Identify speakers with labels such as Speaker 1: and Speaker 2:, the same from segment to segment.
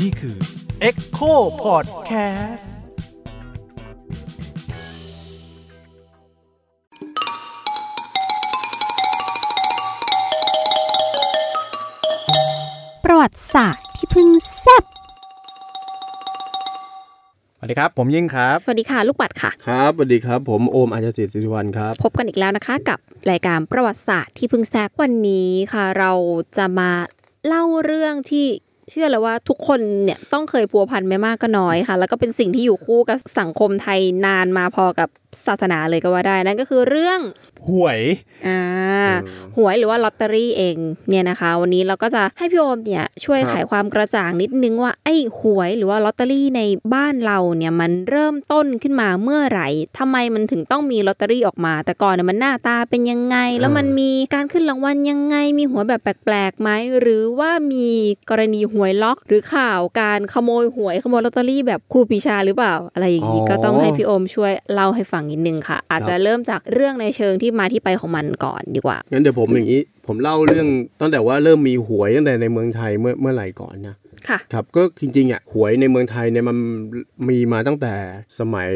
Speaker 1: นี่คือ
Speaker 2: Echo Podcast
Speaker 3: ประวัติศาสตร์ที่เพิ่งแซ่บ
Speaker 4: สวัสดีครับ ผมยิ่งครับ
Speaker 3: สวัสดีค่ะ ลูกปัดค่ะ
Speaker 5: ครับสวัสดีครับ ผมโอมอาจารย์ศิริสิริวัลย์ครับ
Speaker 3: พบกันอีกแล้วนะคะ กับรายการประวัติศาสตร์ที่เพิ่งแซ่บวันนี้ค่ะ เราจะมาเล่าเรื่องที่เชื่อแล้วว่าทุกคนเนี่ยต้องเคยพัวพันไม่มากก็น้อยค่ะ แล้วก็เป็นสิ่งที่อยู่คู่กับสังคมไทยนานมาพอกับศาสนาเลยก็ว่าได้นั่นก็คือเรื่อง
Speaker 4: หวย
Speaker 3: อ่าหวยหรือว่าลอตเตอรี่เองเนี่ยนะคะ วันนี้เราก็จะให้พี่โอมเนี่ยช่วย
Speaker 5: ครับ
Speaker 3: ไขายความกระจ่างนิดนึงว่าไอ้หวยหรือว่าลอตเตอรี่ในบ้านเราเนี่ยมันเริ่มต้นขึ้นมาเมื่อไหร่ทำไมมันถึงต้องมีลอตเตอรี่ออกมา แต่ก่อนเนี่ยมันหน้าตาเป็นยังไง แล้วมันมีการขึ้นรางวัลยังไง มีหัวยแบบแปลกๆไหมหรือว่ามีกรณีหวยล็อก หรือข่าวการขโมยหวยขโมยลอตเตอรี่แบบครูปรีชาหรือเปล่าอะไรอย่างนี้ก็ต้องให้พี่ พี่โอมช่วยเล่าให้ฟังนิดนึงค่ะ อาจจะเริ่มจากเรื่องในเชิงที่มาที่ไปของมันก่อนดีกว่า
Speaker 5: งั้นเดี๋ยวผมอย่างนี้ ผมเล่าเรื่องตั้งแต่ว่าเริ่มมีหวยตั้งแต่ในเมืองไทยเมื่อเมื่อไหร่ก่อนนะ
Speaker 3: ค่ะ
Speaker 5: ครับก็จริงๆอ่ะหวยในเมืองไทยเนี่ยมันมีมาตั้งแต่สมัย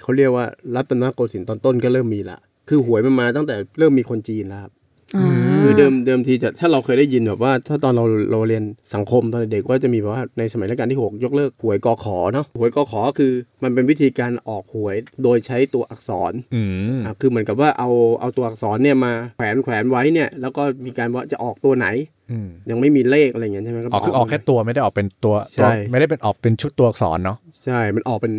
Speaker 5: เขาเรียกว่ารัตนโกสินทร์ตอนต้นก็เริ่มมีละ คือหวยมันมาตั้งแต่เริ่มมีคนจีนแล้วครับ คือเดิมเดิมทีจะถ้าเราเคยได้ยินแบบว่า ถ้าตอนเราเราเรียนสังคมตอนเด็กๆก็จะมีแบบว่าในสมัยรัชกาลที่ 6 ยกเลิกหวยกอขอเนาะหวยกอขอคือ มันเป็นวิธีการออกหวยโดยใช้ตัวอักษร
Speaker 4: อืม
Speaker 5: อ่ะคือเหมือนกับว่าเอาเอาตัวอักษรเนี่ยมาแขวนแขวนไว้เนี่ยแล้วก็มีการว่าจะออกตัวไหน
Speaker 4: อืม
Speaker 5: ยังไม่มีเลขอะไรอย่างเงี้ยใช่ไหมครับ
Speaker 4: ออกคือออกแค่ตัวไม่ได้ออกเป็นตัว
Speaker 5: ใช่
Speaker 4: ตัวไม่ได้เป็นออกเป็นชุดตัวอักษรเนาะ
Speaker 5: ใช่ มันออกเป็น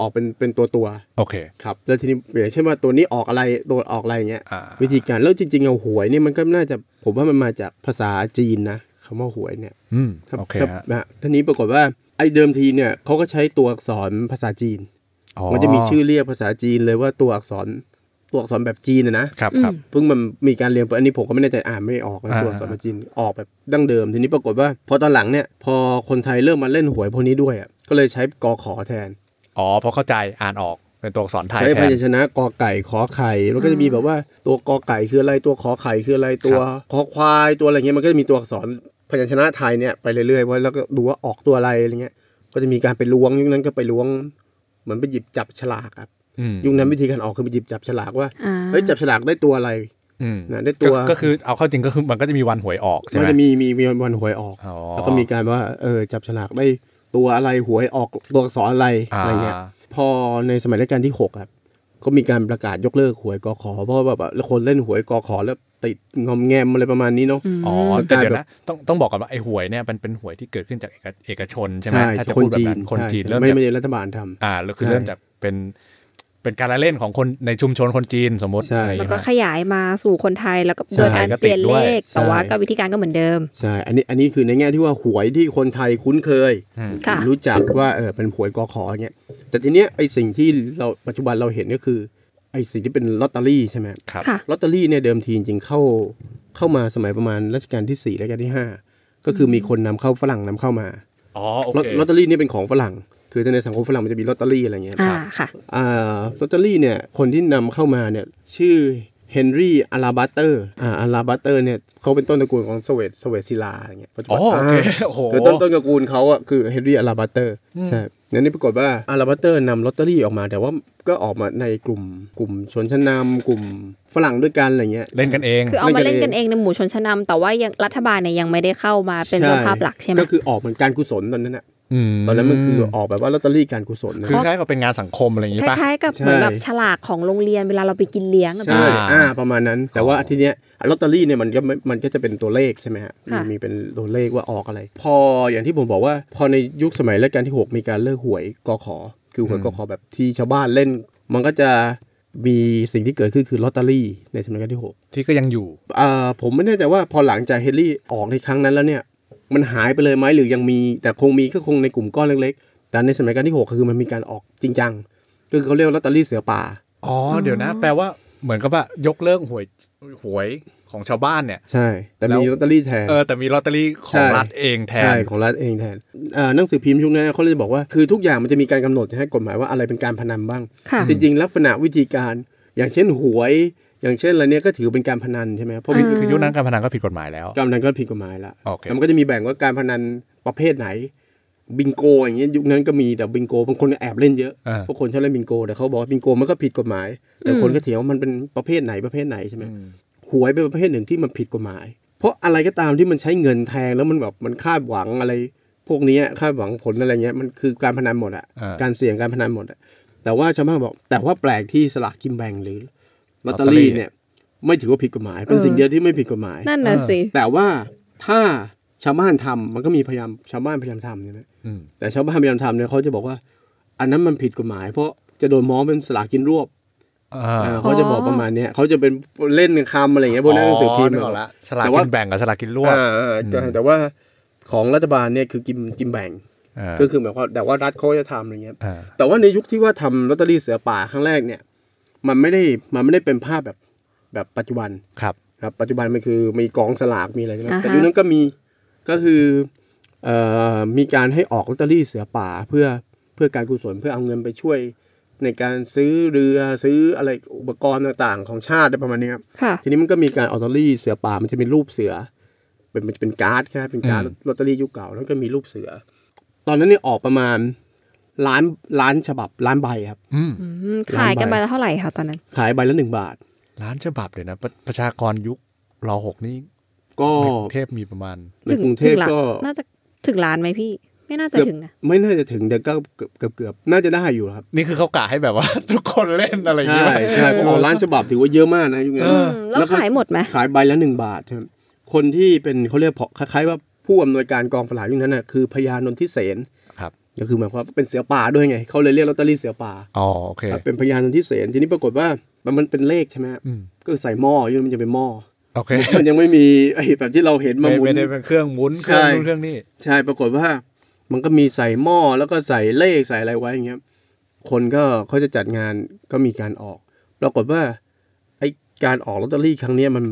Speaker 5: ออกเป็นเป็นตัวตัว
Speaker 4: โอเค
Speaker 5: ครับแล้วทีนี้อย่างเช่นว่าตัวนี้ออกอะไรตัวออกอะไรอย่างเงี้ย
Speaker 4: อ่า
Speaker 5: วิธีการแล้วจริงๆเอาหวยเนี่ยมันก็น่าจะผมว่ามันมาจากภาษาจีนนะคำว่าหวยเนี่ย
Speaker 4: อืม
Speaker 5: ถ้า
Speaker 4: โอเค
Speaker 5: ถ้า
Speaker 4: ฮะ
Speaker 5: นะทีนี้ปรากฏว่าไอ้เดิมทีเนี่ยเขาก็ใช้ตัวอักษรภาษาจีน
Speaker 4: อ๋
Speaker 5: มันจะมีชื่อเรียกภาษาจีนเลยว่าตัวอักษรตัวอักษรแบบจีนนะนะ
Speaker 4: ครับครับ
Speaker 5: เพิ่งมันมีการเรียนไปอันนี้ผมก็ไม่แน่ใจอ่านไม่ออกนะ
Speaker 4: อ่า
Speaker 5: ตัวสมจีนออกแบบดั้งเดิม ทีนี้ปรากฏว่า พอตอนหลังเนี่ย พอคนไทยเริ่มมาเล่นหวยพวกนี้ด้วยอ่ะก็เลยใช้กอขอแทน
Speaker 4: อ๋อเพราะเข้าใจอ่านออกเป็นตัวอักษรไทย
Speaker 5: ใช้
Speaker 4: แท
Speaker 5: พ
Speaker 4: น
Speaker 5: ยัญชนะกอไก่ขอไข่ แล้วก็จะมีแบบว่าตัวกอไก่คืออะไรตัวขอไข่คืออะไรตัวขอควายตัวอะไรเงี้ยมันก็จะมีตัวอักษรพยัญชนะไทยเนี่ยไปเรื่อยๆว่าแล้วก็ดูว่าออกตัวอะไรอะไรเงี้ยก็จะมีการไปล้วงยุคนั้นก็ไปล้วงเหมือนไปหยิบจับฉลากครับ
Speaker 4: อืม
Speaker 5: ยุคนั้นวิธีการออกคือไปหยิบจับฉลากว่า
Speaker 3: อ่า
Speaker 5: เฮ้ยจับฉลากได้ตัวอะไร
Speaker 4: อืม
Speaker 5: นะได้ตัว
Speaker 4: ก็ก็คือเอาเข้าจริงก็คือมันก็จะมีวันหวยออกใช่
Speaker 5: มั
Speaker 4: ไหม
Speaker 5: นจะมีมีมีวันหวยออก
Speaker 4: อ๋อ
Speaker 5: แล้วก็มีการว่าเออจับฉลากได้ตัวอะไรหวยออกตัวอักษรอะไร
Speaker 4: อ่า
Speaker 5: อะไรเงี้ยพอในสมัยรัชกาลที่หกครับก็มีการประกาศยกเลิกหวยกอขอเพราะว่าแบบว่าคนเล่นหวยกอขอแล้วติดงอมแงมอะไรประมาณนี้เนาะ
Speaker 4: อ๋อแต่เดี๋ยวนะต้องต้องบอกก่อนว่าไอ้หวยเนี่ยมันเป็นหวยที่เกิดขึ้นจากเอกเอกชนใช่ไหมถ้าจะพูดแบบนั้นคนจีนเริ่ม
Speaker 5: ไม่
Speaker 4: จาก
Speaker 5: ไม่ได้รัฐบาลทำ
Speaker 4: อ่าแล้วคือ
Speaker 5: ใช่
Speaker 4: เริ่มจากเป็นเป็นการละเล่นของคนในชุมชนคนจีนสมมติ
Speaker 5: ใช่
Speaker 4: อะไรอย่าง
Speaker 3: แล้ว
Speaker 4: เงี้ย
Speaker 3: ก็
Speaker 4: นะ
Speaker 3: ขยายมาสู่คนไทยแล้วก็
Speaker 5: ใช่
Speaker 3: โดยการเปลี่ยนเลข
Speaker 5: ใช่
Speaker 3: แต่ว่าก็วิธีการก็เหมือนเดิม
Speaker 5: ใช่อันนี้อันนี้คือในแง่ที่ว่าหวยที่คนไทยคุ้นเคย
Speaker 4: อืม
Speaker 3: ค่ะ
Speaker 5: รู้จักว่าเออเป็นหวยกอขอเงี้ยแต่ทีเนี้ยไอสิ่งที่เราปัจจุบันเราเห็นก็คือไอสิ่งที่เป็นลอตเตอรี่ใช่ไหม
Speaker 4: ครับ
Speaker 3: ค่ะ
Speaker 5: ลอตเตอรี่เนี่ยเดิมทีจริงๆเข้าเข้ามาสมัยประมาณรัชกาลที่ 4 รัชกาลที่ 5 ก็คือมีคนนำเข้าฝรั่งนำเข้ามา
Speaker 4: อ๋อโอ
Speaker 5: ลอต
Speaker 4: เค
Speaker 5: ลอตเตอรี่เนี่ยเป็นของฝรั่ง คือในสังคมฝรั่งมันจะมีลอตเตอรี่อะไรเงี้ย
Speaker 3: อ่าค่ะ
Speaker 5: อ่าลอตเตอรี่เนี่ยคนที่นำเข้ามาเนี่ยชื่อเฮนรี่อาราบัตเตอร์อ่าอาราบัตเตอร์เนี่ยเขาเป็นต้นตระกูลของสเวตสเวตศิลาอะไรเงี้ยปัจจุ
Speaker 4: อ๋
Speaker 5: บั
Speaker 4: อน โอเค
Speaker 5: า
Speaker 4: โอ้โห
Speaker 5: คือต้นต้นตระกูลเขาอะคือเฮนรี่อาราบัตเตอร์ใช่งั้นนี่ปรากฏว่าอาราบัตเตอร์นำลอตเตอรี่ออกมา แต่ว่าก็ออกมาในกลุ่มกลุ่มชนชั้นนำกลุ่มฝรั่งด้วยกันอะไรเงี้ย
Speaker 4: เล่นกันเอง
Speaker 3: คือเอามาเล่นกันเองในหมู่ชนชั้นนำแต่ว่ายังรัฐบาลเนี่ยยังไม่ได้เข้ามาเป็น
Speaker 5: ใช่
Speaker 3: เจ้าภาพหลักใช่ไหม
Speaker 5: ก็คือออกเหมือนการกุศลตอนนั้นอะ
Speaker 4: อื
Speaker 5: ตอนนั้นมันคือออกแบบว่าลอตเตอรี่การกุศลนะ
Speaker 4: คือคล้ายๆกับเป็นงานสังคมอะไรอย่าง
Speaker 3: ค
Speaker 4: งี้ป่ะ
Speaker 3: ล้ายๆกับเหมือนแบบฉลากของโรงเรียนเวลาเราไปกินเลี้ยงอะ
Speaker 5: ใช่
Speaker 4: อ่า
Speaker 5: อ่าประมาณนั้น แต่ว่าทีเนี้ยลอตเตอรี่เนี่ยมันก็ไม่มันก็จะเป็นตัวเลขใช่ไหมฮะ
Speaker 3: ค่ะ
Speaker 5: มีเป็นตัวเลขว่าออกอะไร พออย่างที่ผมบอกว่า พอในยุคสมัยรัชกาลที่หกมีการเลิกหวยกอขอ คือหวยกอขอแบบที่ชาวบ้านเล่น มันก็จะมีสิ่งที่เกิดขึ้นคือลอตเตอรี่ในสมัยรัชกาลที่หก
Speaker 4: ที่ก็ยังอยู่
Speaker 5: เอ่อผมไม่แน่ใจว่าพอหลังจากเฮนรี่ออกในครั้งนั้นแล้วเนี่ยมันหายไปเลยไหมหรือยังมี แต่คงมีก็คงในกลุ่มก้อนเล็กๆ แต่ในสมัยการที่ 6 คือมันมีการออกจริงจังคือเขาเรียกว่าลอตเตอรี่เสือป่า
Speaker 4: อ๋อ เดี๋ยวนะ แปลว่าเหมือนกับว่ายกเลิกหวยหวยของชาวบ้านเนี่ย
Speaker 5: ใช่ แต่
Speaker 4: แล้ว
Speaker 5: มีลอตเตอรี่แทน
Speaker 4: เออแต่มีลอตเตอรี่ของ
Speaker 5: ใช่
Speaker 4: รัฐเองแท
Speaker 5: ใช่
Speaker 4: น
Speaker 5: ของรัฐเองแทนเอ่อหนังสือพิมพ์ยุคนั้นเขาเลยบอกว่าคือทุกอย่างมันจะมีการกำหนดให้กฎหมายว่าอะไรเป็นการพนันบ้าง
Speaker 3: ค่ะ
Speaker 5: จริงๆลักษณะวิธีการอย่างเช่นหวย อย่างเช่นอะไรเนี้ยก็ถือเป็นการพนันใช่ไหมครับเพราะ
Speaker 4: คือ
Speaker 5: มี
Speaker 4: คือยุคนั้นการพนันก็ผิดกฎหมายแล้ว
Speaker 5: การพนันก็ผิดกฎหมายละ
Speaker 4: โอเค
Speaker 5: แต่มันก็จะมีแบ่งว่าการพนันประเภทไหน บิงโกอย่างเงี้ยยุคนั้นก็มีแต่บิงโกบางคนแอบเล่นเยอะ
Speaker 4: อ่า
Speaker 5: เพราะคนชอบเล่นบิงโกแต่เขาบอกว่าบิงโกมันก็ผิดกฎหมาย แต่คนก็เถียงว่ามันเป็นประเภทไหนประเภทไหนใช่ไหม หวยเป็นประเภทหนึ่งที่มันผิดกฎหมาย เพราะอะไรก็ตามที่มันใช้เงินแทงแล้วมันแบบมันคาดหวังอะไร พวกเนี้ยคาดหวังผลอะไรเงี้ยมันคือการพนันหมดอะ
Speaker 4: อ่า
Speaker 5: การเสี่ยงการพนันหมดอะแต่ว่าชาวบ้านบอก แต่ว่าแปลกที่สลากกินแบ่งหรือลอตเตอรี่เนี่ย ไม่ถือว่าผิดกฎหมาย เป็น
Speaker 3: เออ
Speaker 5: สิ่งเดียวที่ไม่ผิดกฎหมาย
Speaker 3: นั่นน่ะสิ
Speaker 5: แต่ว่าถ้าชาวบ้านทำมันก็มีพยายามชาวบ้านพยายามทำใช่ไหม
Speaker 4: อืม
Speaker 5: แต่ชาวบ้านพยายามทำเนี่ยเขาจะบอกว่า อันนั้นมันผิดกฎหมาย เพราะจะโดนมองเป็นสลากกินรวบ
Speaker 4: อ่า
Speaker 5: อ่าเขาจะบอก
Speaker 3: อ๋อ
Speaker 5: ประมาณเนี้ยเขาจะเป็นเล่นคำอะไรอย่างเงี้ยพวกหนั้นหนังสือพิมพ์
Speaker 4: นึกกละสลากกินแบ่งกับสลากกินรวบ
Speaker 5: อ่าอ่าแต่
Speaker 4: อืม
Speaker 5: แต่ว่าของรัฐบาลเนี่ยคือกินกินแบ่ง
Speaker 4: อ่า
Speaker 5: ก็คือหมายความแต่ว่ารัฐเขาจะทำอะไรเงี้ย
Speaker 4: อ่า
Speaker 5: แต่ว่าในยุคที่ว่าทำลอตเตอรี่เสือป่าครั้งแรกเนี่ย มันไม่ได้มันไม่ได้เป็นภาพแบบแบบปัจจุบัน
Speaker 4: ครับ
Speaker 5: ครับ ปัจจุบันมันคือมีกองสลากมีอะไรใช่ไหม
Speaker 3: อ่าฮะ
Speaker 5: แต่ยุคนั้นก็มีก็คือเอ่อมีการให้ออกลอตเตอรี่เสือป่าเพื่อเพื่อการกุศลเพื่อเอาเงินไปช่วย ในการซื้อเรือซื้ออะไรอุปกรณ์ต่างๆ ของชาติอะไรประมาณเนี้ยครับ
Speaker 3: ค่ะ
Speaker 5: ทีนี้มันก็มีการออตเตอรี่เสือป่ามันจะเป็นรูปเสือ เป็นมันจะเป็นการ์ดใช่ไหมเป็นการ์ด
Speaker 4: อืม
Speaker 5: ลอตเตอรี่ยุคเก่าแล้วก็มีรูปเสือ ตอนนั้นเนี่ยออกประมาณล้านล้านฉบับล้านใบครับ
Speaker 4: อืม
Speaker 3: อืมขายกันไปแล้วเท่าไหร่คะตอนนั้น
Speaker 5: ขายใบละหนึ่งบาท
Speaker 4: ล้านฉบับเลยนะประประชากรยุครอหกนี่
Speaker 5: ก็
Speaker 4: ในกรุงเทพมีประมาณ
Speaker 5: ในกรุงเทพ
Speaker 3: ถึหลั
Speaker 5: ก็
Speaker 3: น่าจะถึงล้านไหมพี่ ไม่น่าจะถึงนะ
Speaker 5: ไม่น่าจะถึงแต่ก็เกือบเกือบเกือบน่าจะได้อยู่ครับ
Speaker 4: นี่คือเขากะให้แบบว่า ทุกคนเล่นอะไรอย่าง
Speaker 5: ใช่
Speaker 4: เงี้ย
Speaker 5: ใช่เพราะออกล้านฉบับถือว่าเยอะมากนะยุคนั้
Speaker 4: เอน อ
Speaker 3: อืมแล้วขายหมดไหม
Speaker 5: ขายใบละหนึ่งบาทครับคนที่เป็นเขาเรียกพอคล้ายๆว่าผู้อำนวยการกองฝลายยุคนั้นน่ะคือพญานนทิเสน
Speaker 4: ครับ
Speaker 5: ก็คือหมายความว่าเป็นเสือป่าด้วยไงเขาเลยเรียกลอตเตอรี่เสือป่า
Speaker 4: อ๋อโอเค
Speaker 5: ครับเป็นพยานที่เสนทีนี้ปรากฏว่ามันมันเป็นเลขใช่ไหมฮะ
Speaker 4: อืม
Speaker 5: ก็ใส่หม้ออยุ่นนมันจะเป็นหม้อ
Speaker 4: โอเค
Speaker 5: มันยังไม่มีไอ้แบบที่เราเห็นมา
Speaker 4: ไม่
Speaker 5: หมุ
Speaker 4: ไม่
Speaker 5: น
Speaker 4: ได้เป็นเครื่องหมุนเครื่องนู้น
Speaker 5: ใช่
Speaker 4: เครื่องนี้
Speaker 5: ใช่ปรากฏว่า มันก็มีใส่หม้อแล้วก็ใส่เลขใส่อะไรไว้อย่างเงี้ยคนก็เขาจะจัดงานก็มีการออก ปรากฏว่าไอ้การออกลอตเตอรี่ครั้งเนี้ยมัน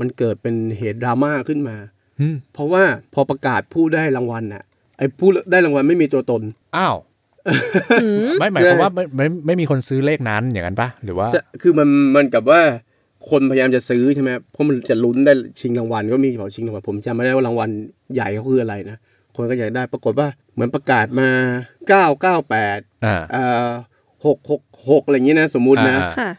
Speaker 5: มันเกิดเป็นเหตุดราม่าขึ้นมา
Speaker 4: อืม
Speaker 5: เพราะว่าพอประกาศผู้ได้รางวัลน่ะไอ้ผู้ได้รางวัลไม่มีตัวตน
Speaker 4: อ้าวไม่หมายความว่าไม่ไม่ไม่มีคนซื้อเลขนั้นอย่างนั้นปะหรือว่า
Speaker 5: ใช่คือมันมันกับว่าคนพยายามจะซื้อใช่ไหมเพราะมันจะลุ้นได้ชิงรางวัลก็มีบอกชิงรางวัลผมจำไม่ได้ว่ารางวัลใหญ่เขาคืออะไรนะ คนก็อยากได้ปรากฏว่าเหมือนประกาศมา 998
Speaker 4: อ่า
Speaker 5: เอ่อ666 อะไรอย่างนี้นะ สมมุตินะ
Speaker 4: อ่า
Speaker 3: ค่ะ